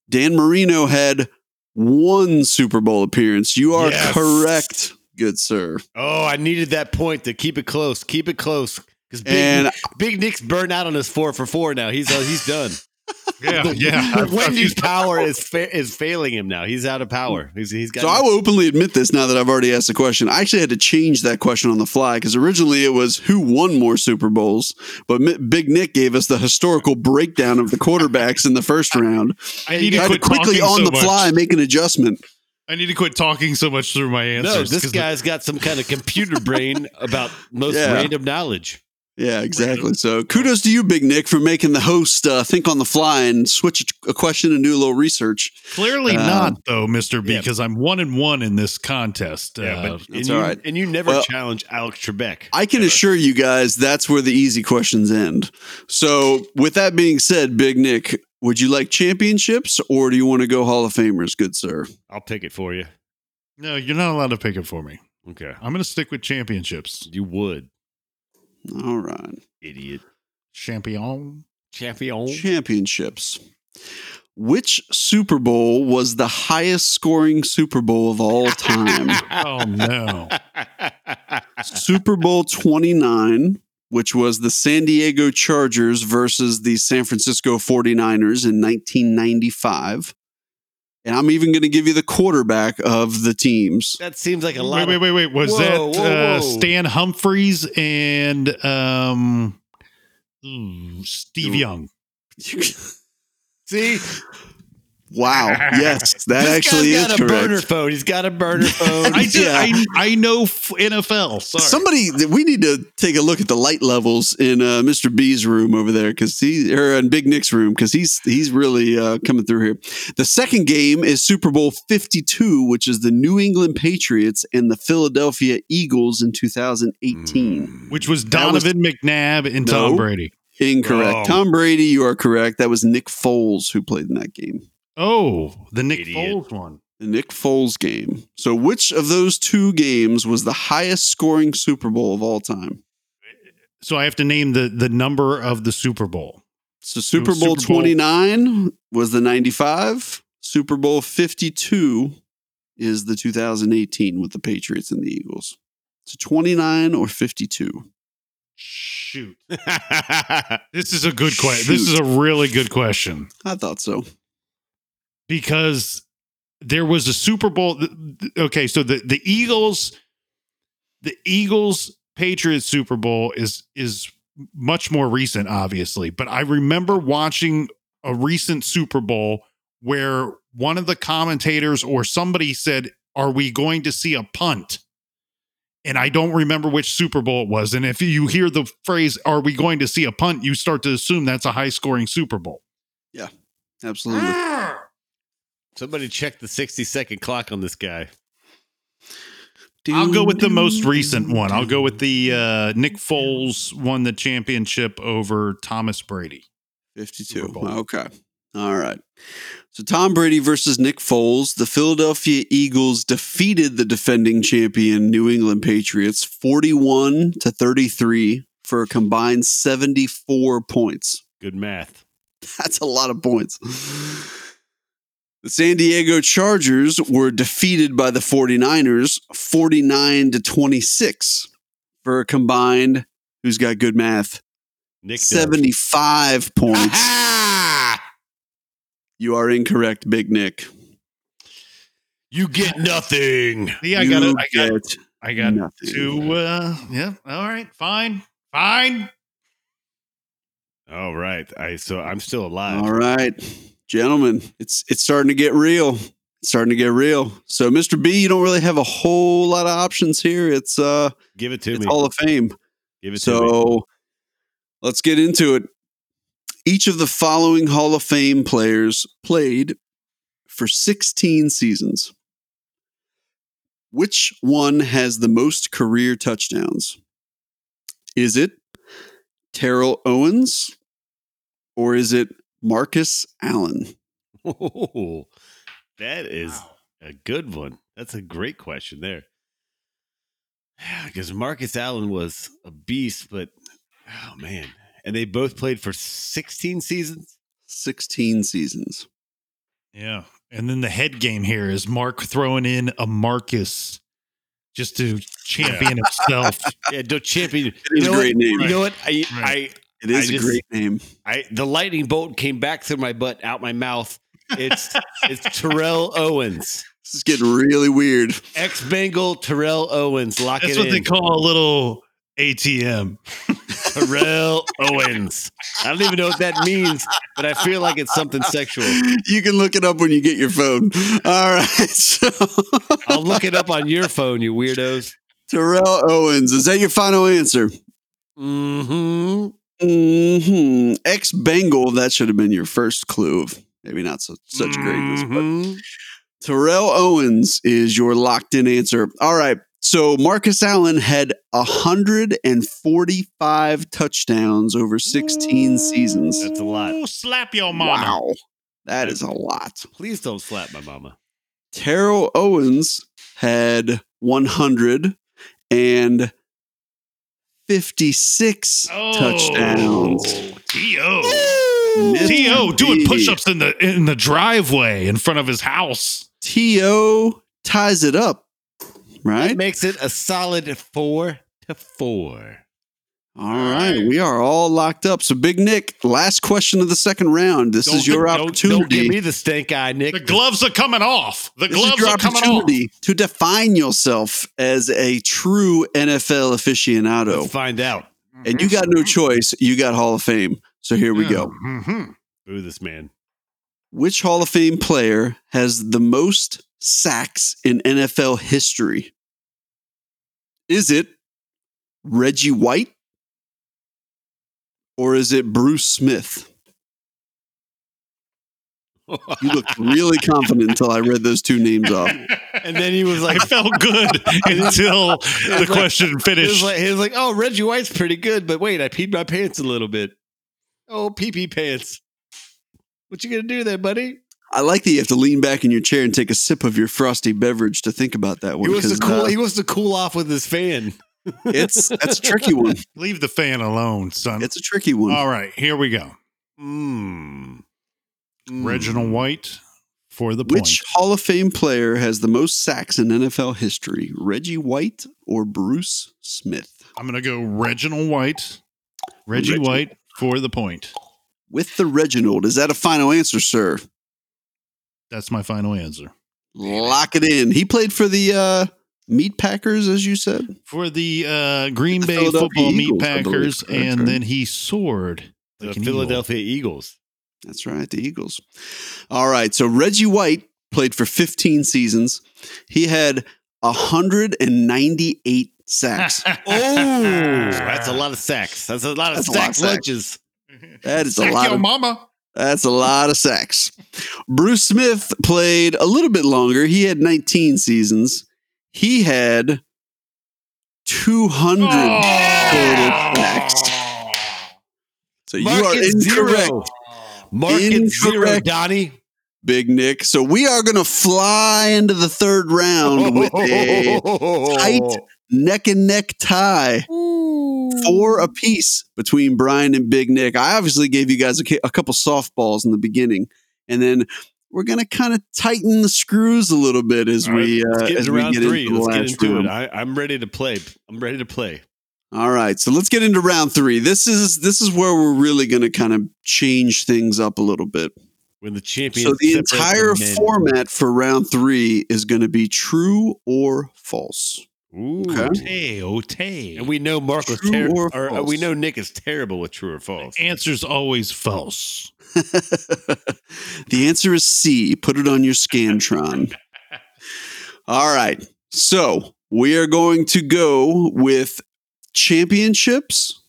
Dan Marino had one Super Bowl appearance. You are Yes. correct, good sir. Oh, I needed that point to keep it close. Keep it close because Big, And Big Nick's burned out on his four for four now. He's uh, he's done. Yeah, The Wendy's power is fa- is failing him now. He's out of power. He's he's got. so I will openly admit this now that I've already asked the question. I actually had to change that question on the fly because originally it was who won more Super Bowls, but Mi- Big Nick gave us the historical breakdown of the quarterbacks in the first round. I need You to had to quit quickly talking on so the much. fly make an adjustment. I need to quit talking so much through my answers. no, this 'cause guy's got some kind of computer brain about most Yeah. random knowledge. Yeah, exactly. So kudos to you, Big Nick, for making the host uh, think on the fly and switch a question and do a little research. Clearly Um, not though, Mister B, yeah. because I'm one and one in this contest. Yeah, Uh, but and that's you, all right. and you never Well- challenge Alex Trebek. I can assure you guys that's where the easy questions end. So, with that being said, Big Nick, would you like championships or do you want to go Hall of Famers, good sir? I'll pick it for you. no, you're not allowed to pick it for me. Okay. I'm going to stick with championships. You would, All right. idiot. Champion. Champion. Championships. Which Super Bowl was the highest scoring Super Bowl of all time? Oh no. Super Bowl 29, which was the San Diego Chargers versus the San Francisco 49ers in 1995. And I'm even going to give you the quarterback of the teams. that seems like a Wait, lot. wait, of- wait, wait. Was Whoa, that whoa, Uh, whoa. Stan Humphreys and um, mm, Steve Young? See, wow. Yes, that This actually guy's is got a burner correct. phone. He's got a burner phone. I did. Yeah. I, I know f- NFL. Sorry. Somebody, th- we need to take a look at the light levels in uh, Mr. B's room over there, because he or in Big Nick's room, because he's he's really uh, coming through here. The second game is Super Bowl Fifty Two, which is the New England Patriots and the Philadelphia Eagles in 2018. Which was That was- Donovan McNabb and No. Tom Brady. Incorrect. Wrong. Tom Brady, you are correct. That was Nick Foles who played in that game. Oh, the Nick Idiot. Foles one. The Nick Foles game. So, which of those two games was the highest scoring Super Bowl of all time? So I have to name the the number of the Super Bowl. So It Super was Bowl Super Bowl- 29 was the 95. Super Bowl 52 is the 2018 with the Patriots and the Eagles. So 29 or 52. Shoot. This is a good question. Shoot. This is a really good question I thought so. because there was a Super Bowl. th- th- Okay, so the the Eagles, the Eagles Patriots Super Bowl is is much more recent, obviously. But I remember watching a recent Super Bowl where one of the commentators or somebody said, "Are we going to see a punt?" And I don't remember which Super Bowl it was. And if you hear the phrase, "Are we going to see a punt?" you start to assume that's a high-scoring Super Bowl. Absolutely. Somebody check the 60 second clock on this guy. I'll go with the most recent one. I'll go with the uh, Nick Foles won the championship over Thomas Brady. 52. Super Bowl. Okay. All right. So Tom Brady versus Nick Foles. The Philadelphia Eagles defeated the defending champion New England Patriots 41 to 33 for a combined 74 points. Good math. That's a lot of points. The San Diego Chargers were defeated by the 49ers 49 to 26 for a combined who's got good math Nick does. 75 points. You are incorrect, Big Nick. You get nothing. Yeah, I You got it. I got. get I got nothing. two. Uh, yeah. All right. Fine. Fine. All right. I so I'm still alive. All right. Gentlemen, it's it's starting to get real. It's starting to get real. So Mr. B, you don't really have a whole lot of options here. It's uh Give it to it's me. Hall of Fame. Give it to me. So let's get into it. Each of the following Hall of Fame players played for 16 seasons. Which one has the most career touchdowns? Is it Terrell Owens or is it Marcus Allen? Oh, that is a good one. That's a great question there. Because Marcus Allen was a beast, but oh man. And they both played for 16 seasons. 16 seasons. Yeah. And then the head game here is Mark throwing in a Marcus just to champion himself. Yeah, do champion. It is a know great what? name. You know what? I, Right. I It is I a just- great name. I the lightning bolt came back through my butt, out my mouth. It's it's Terrell Owens, This is getting really weird. ex Bengal Terrell Owens. Lock That's it what in. they call a little ATM. Terrell Owens. I don't even know what that means, but I feel like it's something sexual. You can look it up when you get your phone. All right. So I'll look it up on your phone, you weirdos. Terrell Owens. Is that your final answer? Mm-hmm. hmm Ex Bengal, that should have been your first clue of maybe not so, such greatness. Mm. But Mm-hmm. Terrell Owens is your locked in answer. All right. So Marcus Allen had 145 touchdowns over 16 seasons. That's a lot. Ooh, slap your mama. Wow. That is a lot. Please don't slap my mama. Terrell Owens had 156 Oh, touchdowns. T.O. Mr. T.O. Oh. doing B. push-ups in the in the driveway in front of his house. T.O. ties it up, That right? makes it a solid four to four. All right. We are all locked up. So, Big Nick, last question of the second round. This Don't- is your don't- don't Don't give opportunity. me the stink eye, Nick. The gloves are coming off. The This is gloves your are coming off. opportunity to define yourself as a true NFL Let's aficionado. find out. And you got no choice. You got Hall of Fame. So here we go. Mm-hmm. Mhm. Boo this man. Which Hall of Fame player has the most sacks in NFL history? Is it Reggie White or is it Bruce Smith? You looked really confident until I read those two names off. and then he was I like, felt good until the question he was finished. like, he was like, oh, Reggie White's pretty good, but wait, I peed my pants a little bit. Oh, pee pee pants. What you gonna do there, buddy? I like that you have to lean back in your chair and take a sip of your frosty beverage to think about that He one. wants to 'cause, cool. uh, he wants to cool off with his fan. it's that's a tricky one. Leave the fan alone, son. It's a tricky one. Um, All right, here we go. Hmm. Mm. Reginald White for the point. Mm. Which Hall of Fame player has the most sacks in NFL history? Reggie White or Bruce Smith? I'm going to go Reginald White. Reggie Reginald. White for the point. With the Reginald. Is that a final answer, sir? That's my final answer. Lock it in. He played for the uh, Meat Packers, as you said. For the uh, Green The Bay Philadelphia football meat Eagles, I believe. packers, That's and right. then he soared. The like an Philadelphia Eagles. That's right, the Eagles. All right, so Reggie White played for 15 seasons. He had 198 sacks. eagle. Oh, that's a lot of sacks. That's a lot of That's a lot of sacks sacks. lunches. That is a Sack lot. your Of, mama. that's a lot of sacks. Bruce Smith played a little bit longer. He had 19 seasons. He had 200 Oh, total sacks. So you are Market incorrect. zero. Market zero, Incorrect. Donnie. Big Nick. So we are going to fly into the third round Oh, with Uh, a tight neck and neck tie, four apiece between Brian and Big Nick. I obviously gave you guys a, ca- a couple softballs in the beginning, and then we're going to kind of tighten the screws a little bit as All right, we uh, Let's get as into we round get three. into the Let's last get round. into it. I, I'm ready to play. I'm ready to play. All right, so let's get into round three. This is this is where we're really going to kind of change things up a little bit. When the champions. So the separate entire men. format for round three is going to be true or false. Ooh. Okay. Hey, oh, hey. And we know Mark was True terrible. or Or, uh, false? we know Nick is terrible with true or false. Answer's always false. the answer is C. Put it on your Scantron. All right. So we are going to go with championships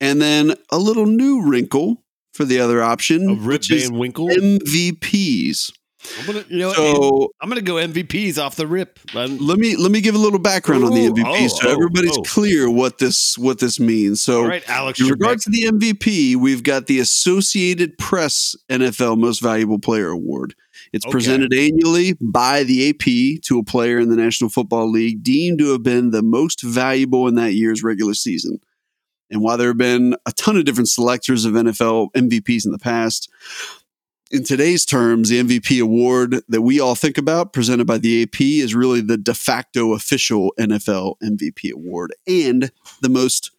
and then a little new wrinkle for the other option, Of Rip which is Van Winkle. MVPs. I'm gonna, you know, So I'm gonna go MVPs off the rip. I'm- let me let me give a little background on the Ooh, MVPs oh, so oh, everybody's oh. clear what this what this means. So all right, Alex. In Trebek. regards to the MVP, we've got the Associated Press NFL Most Valuable Player Award. It's Okay. presented annually by the AP to a player in the National Football League deemed to have been the most valuable in that year's regular season. And while there have been a ton of different selectors of NFL MVPs in the past, in today's terms, the MVP award that we all think about, presented by the AP, is really the de facto official NFL MVP award and the most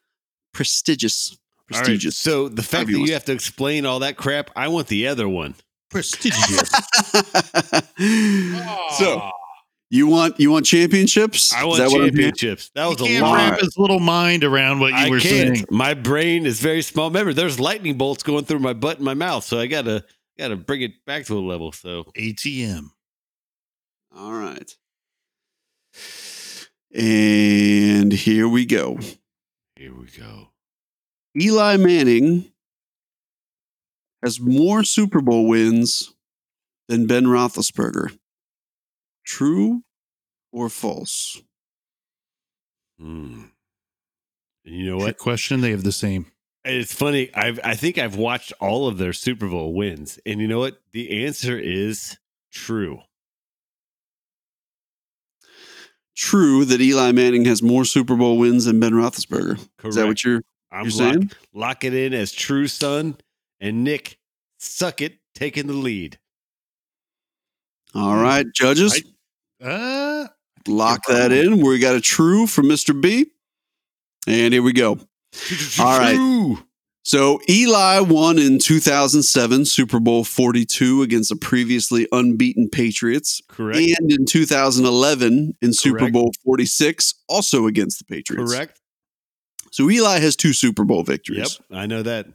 prestigious. All right, Prestigious. so the fact that Fabulous. you have to explain all that crap, I want the other one. Prestigious. so you want you want championships? I Is want that what I'm hearing? championships. That was he a can't lot. wrap his little mind around what you I were can't. saying. My brain is very small. Remember, there's lightning bolts going through my butt and my mouth, so I gotta gotta bring it back to a level. So ATM. All right. And here we go. here we go. Eli Manning has more Super Bowl wins than Ben Roethlisberger. True or false? Hmm. And You know What what? question? They have the same. It's funny. I've I think I've watched all of their Super Bowl wins, and you know what? The answer is true. True that Eli Manning has more Super Bowl wins than Ben Roethlisberger. Correct. Is that what you're, I'm you're lock, saying? lock it in as true, son. And Nick, suck it, taking the lead. All right, judges, Uh, lock that in. We got a true from Mr. B. And here we go. All right. True. So Eli won in 2007 Super Bowl 42 against the previously unbeaten Patriots. Correct. And in 2011 in Super Correct. Bowl 46, also against the Patriots. Correct. So Eli has two Super Bowl Yep. victories. I know that.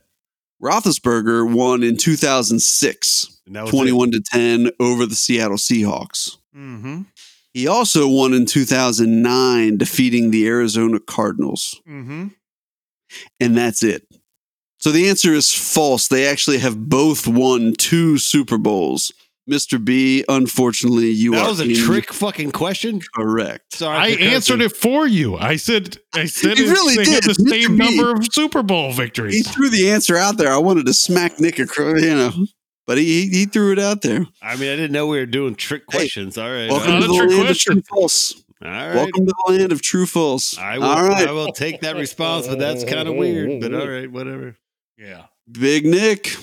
Roethlisberger won in 2006, And that was it. 21 to 10 over the Seattle Seahawks. mm-hmm. He also won in 2009, defeating the Arizona Cardinals. Mm-hmm. And that's it. So the answer is false. They actually have both won two Super Bowls. Mr. B, unfortunately, you That are was a trick fucking question. Correct. Sorry. I for cursing. answered it for you. I said, I said, You it- really they did. Had the Mr. same B. number of Super Bowl He victories. threw the answer out there. I wanted to smack Nick across, you know, but he he- he threw it out there. I mean, I didn't know we were doing trick Hey, questions. all right. Welcome all to not a the trick land question. of true false. right. Welcome to the land of true false. I will, All I right, will take that response, but that's kind of weird. But all right, whatever. Yeah. Big Nick,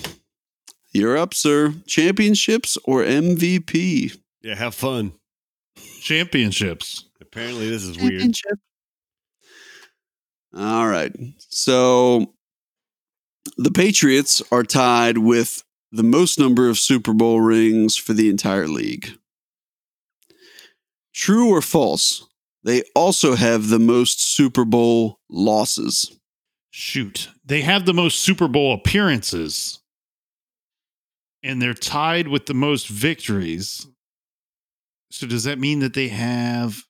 you're up, sir. Championships or MVP? Yeah, have fun. Championships. Apparently, this is weird. Championship. All right. So the Patriots are tied with the most number of Super Bowl rings for the entire league. True or false? They also have the most Super Bowl losses. Shoot. They have the most Super Bowl appearances. And they're tied with the most victories. So does that mean that they have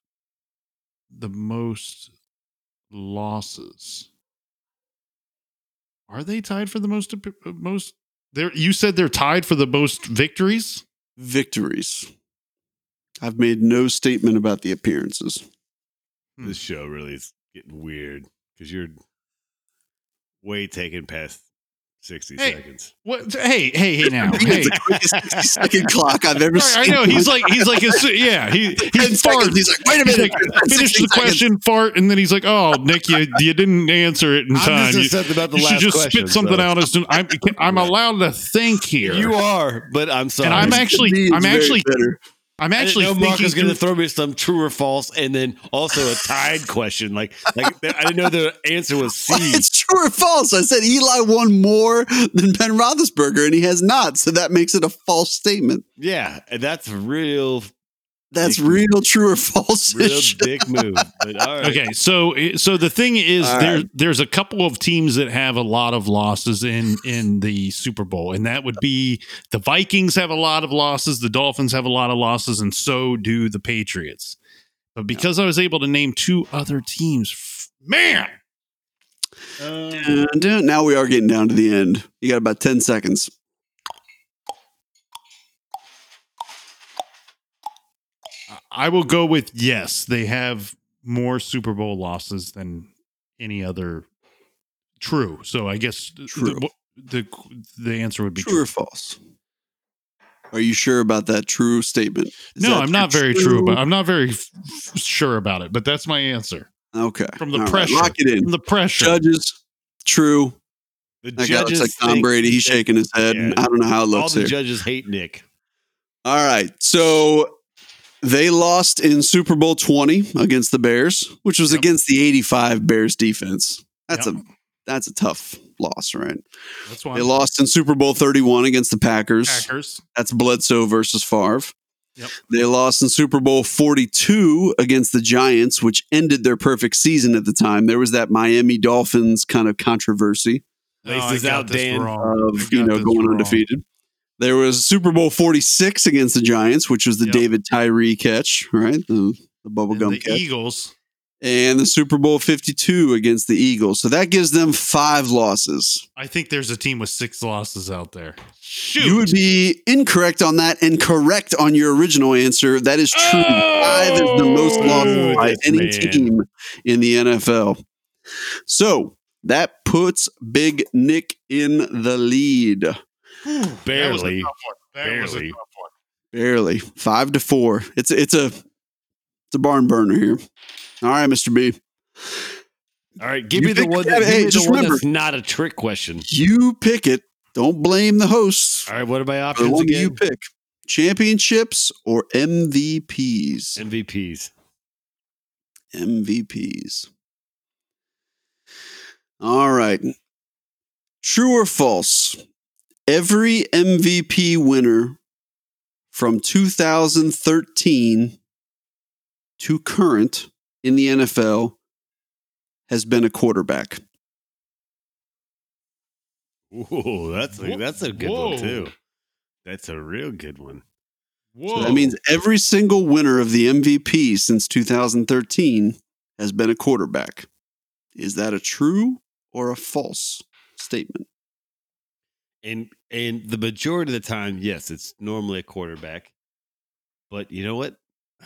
the most losses? Are they tied for the most appe- uh, most they you said they're tied for the most victories? Victories. I've made no statement about the appearances. This show really is getting weird because you're way taken past 60 Hey. seconds. What hey, hey, hey now. hey. It's the quickest 60 second clock I've ever I seen. know he's like he's like his, yeah he he's far He's like, wait a He's minute. like, finish the question, fart, and then he's like, "Oh, Nick, you, you didn't answer it in I'm time. just You, upset about the you should last just question, spit something so- out." As soon, I'm, I'm allowed to think here. You are, but I'm sorry. And I'm actually- I'm actually- better. I'm I didn't actually know Mark thinking. was going to Through, throw me some true or false, and then also a tied question. Like, like I didn't know the answer was C. It's true or false. I said Eli won more than Ben Roethlisberger, and he has not. So that makes it a false statement. Yeah, and that's real, That's Dick. real true or false. real dick move. But all right. okay, so so the thing is, All there there's a couple of teams that have a lot of losses in in the Super Bowl, and that would be the Vikings have a lot of losses, the Dolphins have a lot of losses, and so do the Patriots. But because I was able to name two other teams, f- man. And, uh, now we are getting down to the end. You got about 10 seconds. I will go with yes. They have more Super Bowl losses than any other. True. So I guess th- True. The, the the answer would be True or false? Are you sure about that true statement? Is No, that I'm not your very true, but I'm not very f- f- sure about it. But that's my answer okay. from the All right, pressure. Lock it in. From the pressure. Judges, true. The That guy looks judges like Tom think- Brady. He's shaking his head. and Yeah. I don't know how it All looks the here. judges hate Nick. All right. So they lost in Super Bowl 20 against the Bears, which was Yep. against the 85 Bears defense. That's Yep. a that's a tough loss, right? that's why They I'm- lost in Super Bowl 31 against the Packers. Packers. That's Bledsoe versus Favre. Yep. They lost in Super Bowl 42 against the Giants, which ended their perfect season at the time. There was that Miami Dolphins kind of controversy Laces Oh, I got out, this Dan. wrong. I of got you know this going wrong. undefeated. There was Super Bowl 46 against the Giants, which was the Yep. David Tyree catch, right? The, the And bubblegum the catch. Eagles. and the Super Bowl 52 against the Eagles. So that gives them five losses. I think there's a team with six losses out there. Shoot. You would be incorrect on that and correct on your original answer. That is true. Five is the most Oh, losses by this any man. team in the NFL. So that puts Big Nick in the lead. That was a Barely. tough one. That was a Barely. tough one. Barely. Five to four. It's it's a it's a barn burner here. All right, Mr. B. All right, give You me the pick- one. That, Hey, give me just the one remember- that's not a trick question. You pick it. Don't blame the hosts. All right, what are my The options one that again? you pick. Championships or MVPs? MVPs. MVPs. All right. True or false? Every MVP winner from 2013 to current in the NFL has been a quarterback. Ooh, that's a, Whoa. that's a good Whoa. one too. That's a real good one. Whoa. So that means every single winner of the MVP since 2013 has been a quarterback. Is that a true or a false statement? And and the majority of the time, yes, it's normally a quarterback. But you know what?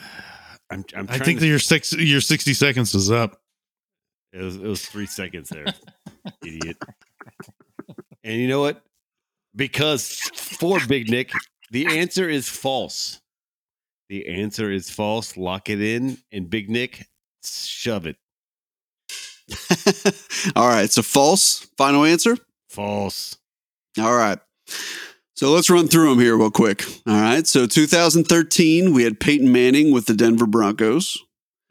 I'm I'm I trying think to, that your six your sixty seconds is up. it was it was three seconds there, idiot. And you know what? Because for Big Nick, the answer is false. The answer is false. Lock it in, and Big Nick, shove it. All right, so false. Final answer. False. All right. So let's run through them here real quick. All right. So 2013, we had Peyton Manning with the Denver Broncos.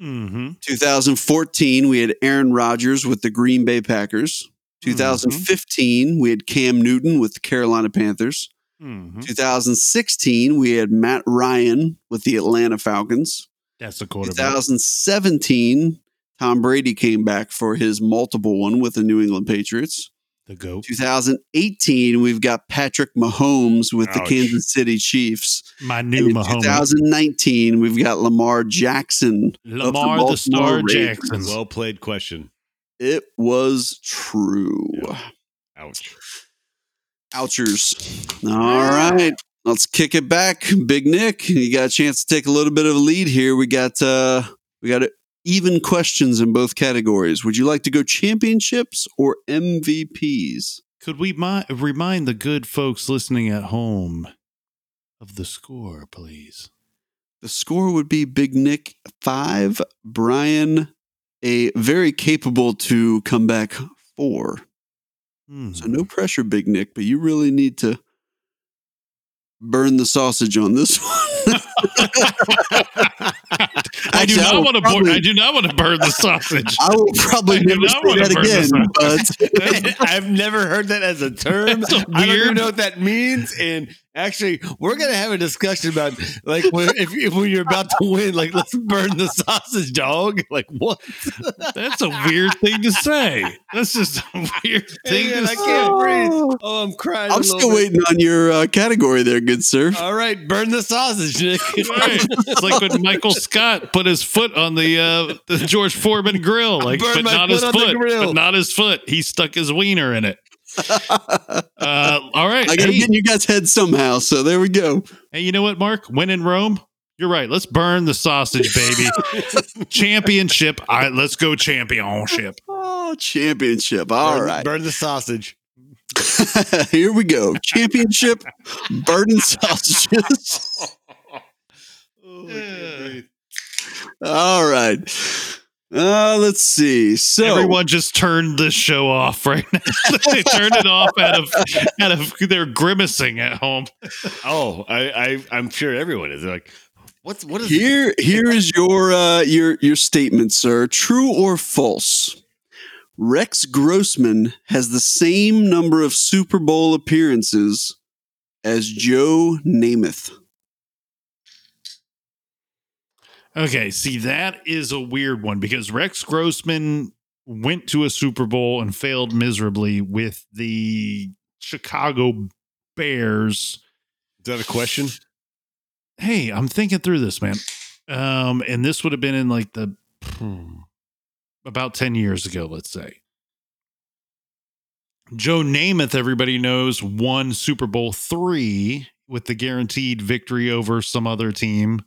Mm-hmm. 2014, we had Aaron Rodgers with the Green Bay Packers. 2015, we had Cam Newton with the Carolina Panthers. mm-hmm. 2016, we had Matt Ryan with the Atlanta Falcons. That's a quarterback. 2017, Tom Brady came back for his multiple one with the New England Patriots. The goat. 2018, we've got Patrick Mahomes with the Ouch. Kansas City Chiefs. My And new in Mahomes. 2019, we've got Lamar Jackson. Lamar of the the Star Baltimore Ravens. Jackson. Well played question. It was true. Yeah. Ouch. Ouchers. All right. Let's kick it back. Big Nick, you got a chance to take a little bit of a lead here. We got uh we got even questions in both categories. Would you like to go championships or MVPs? Could we mi- remind the good folks listening at home of the score, please? The score would be Big Nick 5, Brian a very capable to come back 4. Hmm. So no pressure, Big Nick, but you really need to burn the sausage on this one. I do Actually, I not will want to. probably- I do not want to burn the sausage. I will probably I do never not say wanna that burn this again, up. but I've never heard that as a term. That's a I don't even weird- know what that means. And actually, we're gonna have a discussion about like when, if, if when you're about to win, like let's burn the sausage, dog. Like what? That's a weird thing to say. That's just a weird thing Man, to I say. can't breathe. Oh, I'm crying. I'm a little still bit. waiting on your uh, category there, good sir. Uh, All right, burn the sausage, Nick. Right. It's like when Michael Scott put his foot on the uh, the George Foreman grill, like burned but my foot not his on the foot, grill. but not his foot. He stuck his wiener in it. Uh, all right, I got to hey, get in your guys' head somehow. So there we go. hey, you know what, Mark? When in Rome, you're right. Let's burn the sausage, baby. championship. All right, let's go championship. Oh, championship. All All right, right. burn the sausage. Here we go. Championship, burden sausages. Oh, All right. Uh, let's see. So, Everyone just turned this show off right now. they turned it off out of out of they're grimacing at home. Oh, I, I I'm sure everyone is They're like, what's what is here here is your uh, your your statement, sir. True or false? Rex Grossman has the same number of Super Bowl appearances as Joe Namath. Okay, see that is a weird one because Rex Grossman went to a Super Bowl and failed miserably with the Chicago Bears. Is that a question? Hey, I'm thinking through this, man. Um, and this would have been in like the about 10 years ago, let's say. Joe Namath, everybody knows, won Super Bowl three with the guaranteed victory over some other team.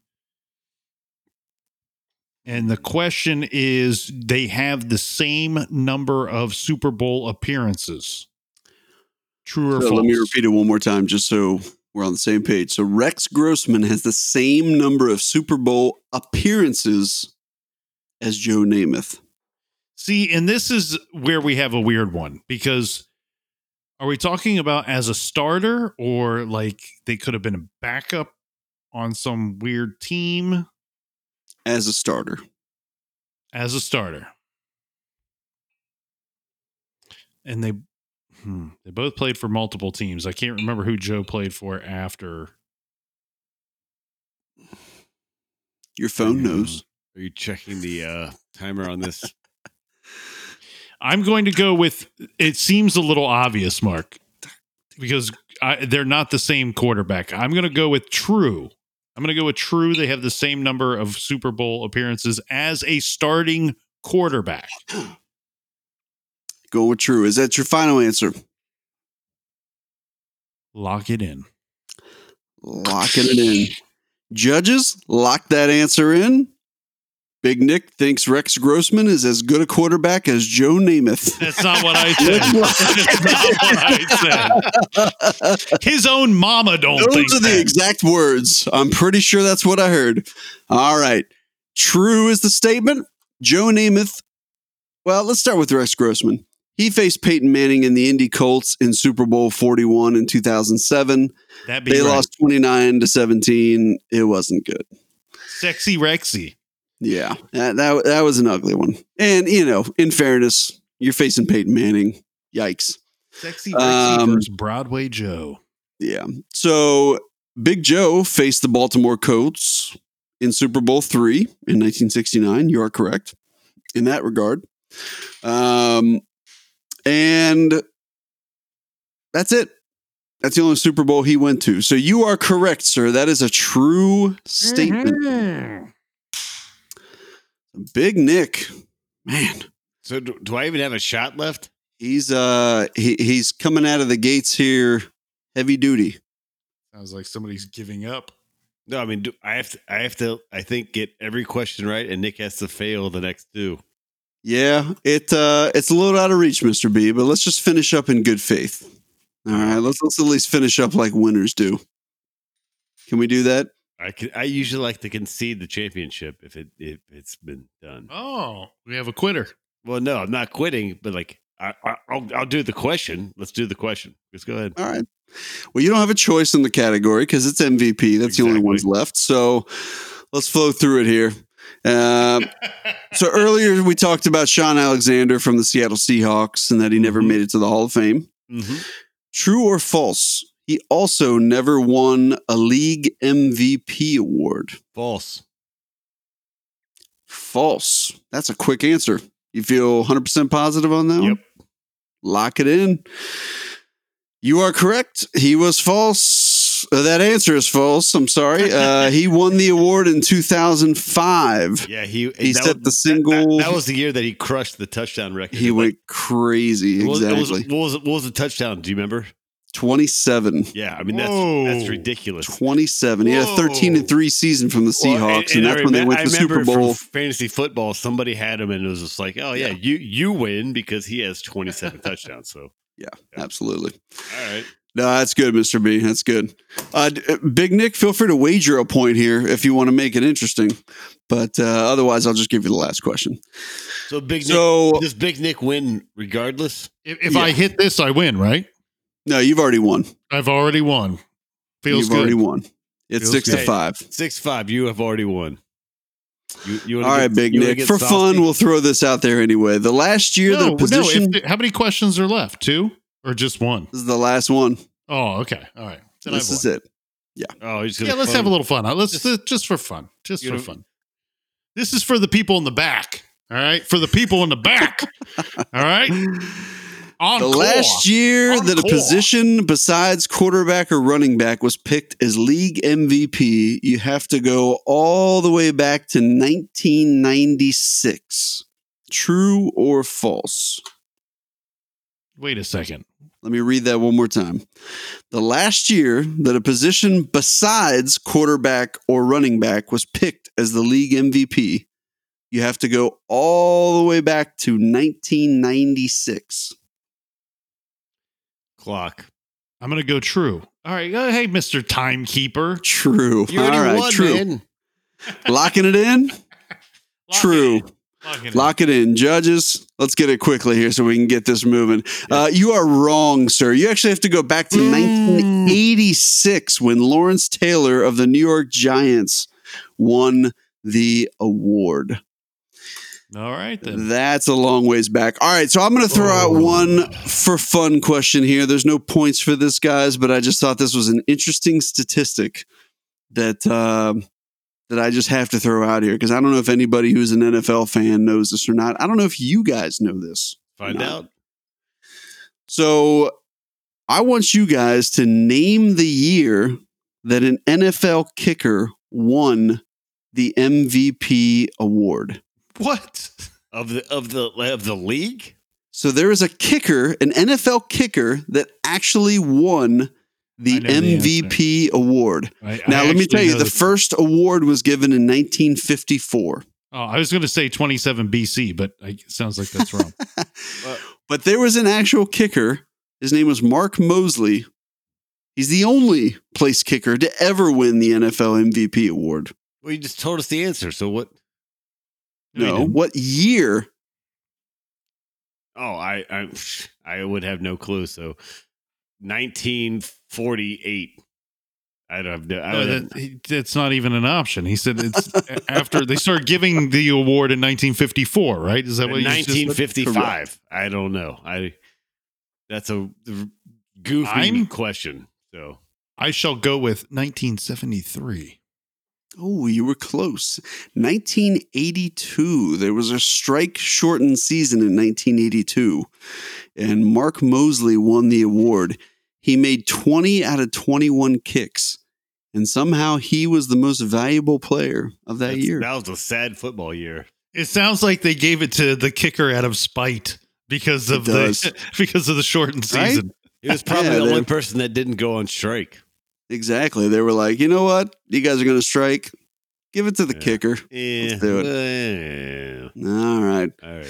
And the question is they have the same number of Super Bowl appearances. True or So false? let me repeat it one more time just so we're on the same page. So Rex Grossman has the same number of Super Bowl appearances as Joe Namath. See, and this is where we have a weird one because are we talking about as a starter or like they could have been a backup on some weird team as a starter. as a starter? And they hmm, they both played for multiple teams. I can't remember who Joe played for after. Your phone Yeah. knows. Mm. Are you checking the uh, timer on this? I'm going to go with it seems a little obvious, Mark, because I, they're not the same quarterback. I'm going to go with True. I'm going to go with True. They have the same number of Super Bowl appearances as a starting quarterback. Going with true. Is that your final answer? Lock it in. Locking it in. Judges, lock that answer in. Big Nick thinks Rex Grossman is as good a quarterback as Joe Namath. That's not what I said. That's not what I said. His own mama don't think Those are the that. exact words. I'm pretty sure that's what I heard. All right. True is the statement. Joe Namath. Well, let's start with Rex Grossman. He faced Peyton Manning in the Indy Colts in Super Bowl 41 in 2007. That'd be They right. lost 29 to 17. It wasn't good. sexy Rexy. Yeah, that, that that was an ugly one. And you know, in fairness, you're facing Peyton Manning. Yikes. Sexy Rexy Um, versus Broadway Joe. Yeah. So Big Joe faced the Baltimore Colts in Super Bowl three in 1969. You are correct in that regard. Um, and that's it. That's the only Super Bowl he went to. So you are correct, sir. That is a true statement. Mm-hmm. Big Nick, man. So do, do I even have a shot left? He's uh he, he's coming out of the gates here heavy duty. Sounds like somebody's giving up. No, I mean do, I have to. I have to. I think get every question right, and Nick has to fail the next two. Yeah, it uh it's a little out of reach, Mr. B, but let's just finish up in good faith. All right, let's let's at least finish up like winners do. Can we do that? I can, I usually like to concede the championship if it if it's been done. Oh, we have a quitter. Well, no, I'm not quitting, but like I, I I'll I'll do the question. Let's do the question. Just go ahead. All right. Well, you don't have a choice in the category because it's MVP. That's the only Exactly. ones left. So let's flow through it here. Um, so earlier we talked about Sean Alexander from the Seattle Seahawks and that he never Mhm. made it to the Hall of Fame. Mhm. True or false? He also never won a league MVP award. False. False. That's a quick answer. You feel 100% positive on that one? Yep. Lock it in. You are correct. He was false. Uh, that answer is false. I'm sorry. Uh, he won the award in 2005. Yeah, he He that set was- the that, single. that was the year that he crushed the touchdown record. he went crazy. What was- Exactly. What was, what was what was the touchdown? Do you remember? 27. Yeah, I mean that's Whoa. that's ridiculous. 27. He had a 13 and 3 season from the Seahawks, Well, and, that's I when they remem- went to I the Super remember Bowl. From fantasy football, somebody had him, and it was just like, oh yeah, you you win because he has twenty seven touchdowns. So Absolutely. all right, No, that's good, Mr. B. That's good. Uh, d- uh, Big Nick, feel free to wager a point here if you want to make it interesting. But uh, otherwise, I'll just give you the last question. so big Nick, So, does Big Nick win regardless? If, if Yeah. I hit this, I win, right? no, you've already won. I've already won. Feels you've good. already won. It's Feels six to good. five. Six five, you have already won. You, you All wanna right, get- Big you wanna Nick. get For saucy? fun, we'll throw this out there anyway. The last year that No, a position no. If, how many questions are left? Two or just one? this is the last one. Oh, okay. All right. Then this I've is won. it. oh, he's Yeah, gonna let's fun- have a little fun. Uh, Let's just, just for fun. Just You for know- fun. This is for the people in the back. All right, for the people in the back. All right. On The last year that a Encore. position besides quarterback or running back was picked as league MVP, you have to go all the way back to 1996. True or false? Wait a second. Let me read that one more time. The last year that a position besides quarterback or running back was picked as the league MVP, you have to go all the way back to 1996. Clock. I'm gonna go true. All right. Uh, hey, Mister Timekeeper. True. You already all right, won, true. man. Locking it in? Lock true. it in. Lock it in. Lock it in, judges. Let's get it quickly here so we can get this moving. Uh, you are wrong, sir. You actually have to go back to Mm. 1986 when Lawrence Taylor of the New York Giants won the award. All right then. That's a long ways back. All right, so I'm going to throw out one for fun question here. There's no points for this, guys, but I just thought this was an interesting statistic that um that I just have to throw out here because I don't know if anybody who's an NFL fan knows this or not. I don't know if you guys know this. Find No. out. So I want you guys to name the year that an NFL kicker won the MVP award. What? Of the of the of the league? So there is a kicker, an NFL kicker, that actually won I the know the MVP award. I- I Now, let me actually tell you, know the that- first award was given in 1954. oh, I was gonna say 27 BC, but I, it sounds like that's wrong. But there was an actual kicker. His name was Mark Mosley. He's the only place kicker to ever win the NFL MVP award. Well, you just told us the answer. So what? No, he No. didn't. What year? Oh, I I, I would have no clue. So, nineteen forty eight. I don't have. No, I No, would have- Oh, that, he- that's not even an option. He said it's after they started giving the award in 1954, right? Is that what you just said? 1955. I don't know. I that's a goofy I'm- question. So I shall go with 1973. Oh, you were close. 1982. There was a strike shortened season in 1982, and Mark Mosley won the award. He made 20 out of 21 kicks, and somehow he was the most valuable player of that that's- year. that was a sad football year. It sounds like they gave it to the kicker out of spite because It of does. the because of the shortened Right? season. He was probably Yeah, the they- only person that didn't go on strike. exactly. They were like, you know what? You guys are going to strike. Give it to the Yeah. kicker. Yeah. Let's do All right. Yeah. All right.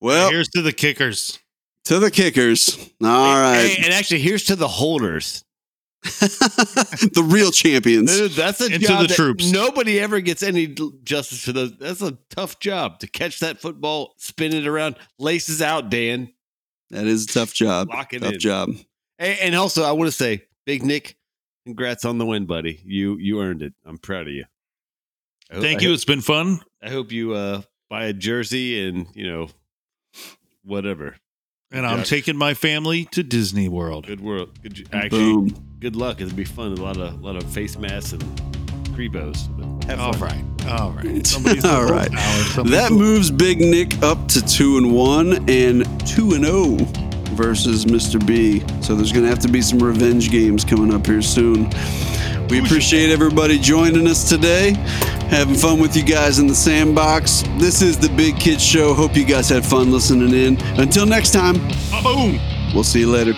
Well, Here's to the kickers. to the kickers. All Hey, right. and actually, here's to the holders. the real champions. That's a And to job the that troops. Nobody ever gets any l- justice for those. That's a tough job to catch that football, spin it around, laces out, Dan. That is a tough job. Lock it Tough in. job. And, and also, I want to say, Big Nick, congrats on the win, buddy. You you earned it. I'm proud of you. Oh, I ho- Thank I you. ho- It's been fun. I hope you uh, buy a jersey and you know whatever. And I'm Yeah. taking my family to Disney World. Good world. Good, j- actually, Boom. good luck. It'll be fun. A lot of lot of face masks and creepos. But have All fun. right. All right. All right. Hour, somebody's That moves Big Nick up to two and one and two and oh versus Mr. B. So there's gonna have to be some revenge games coming up here soon. We appreciate everybody joining us today, having fun with you guys in the sandbox. This is the Big Kids Show. Hope you guys had fun listening in. Until next time, Boom. we'll see you later.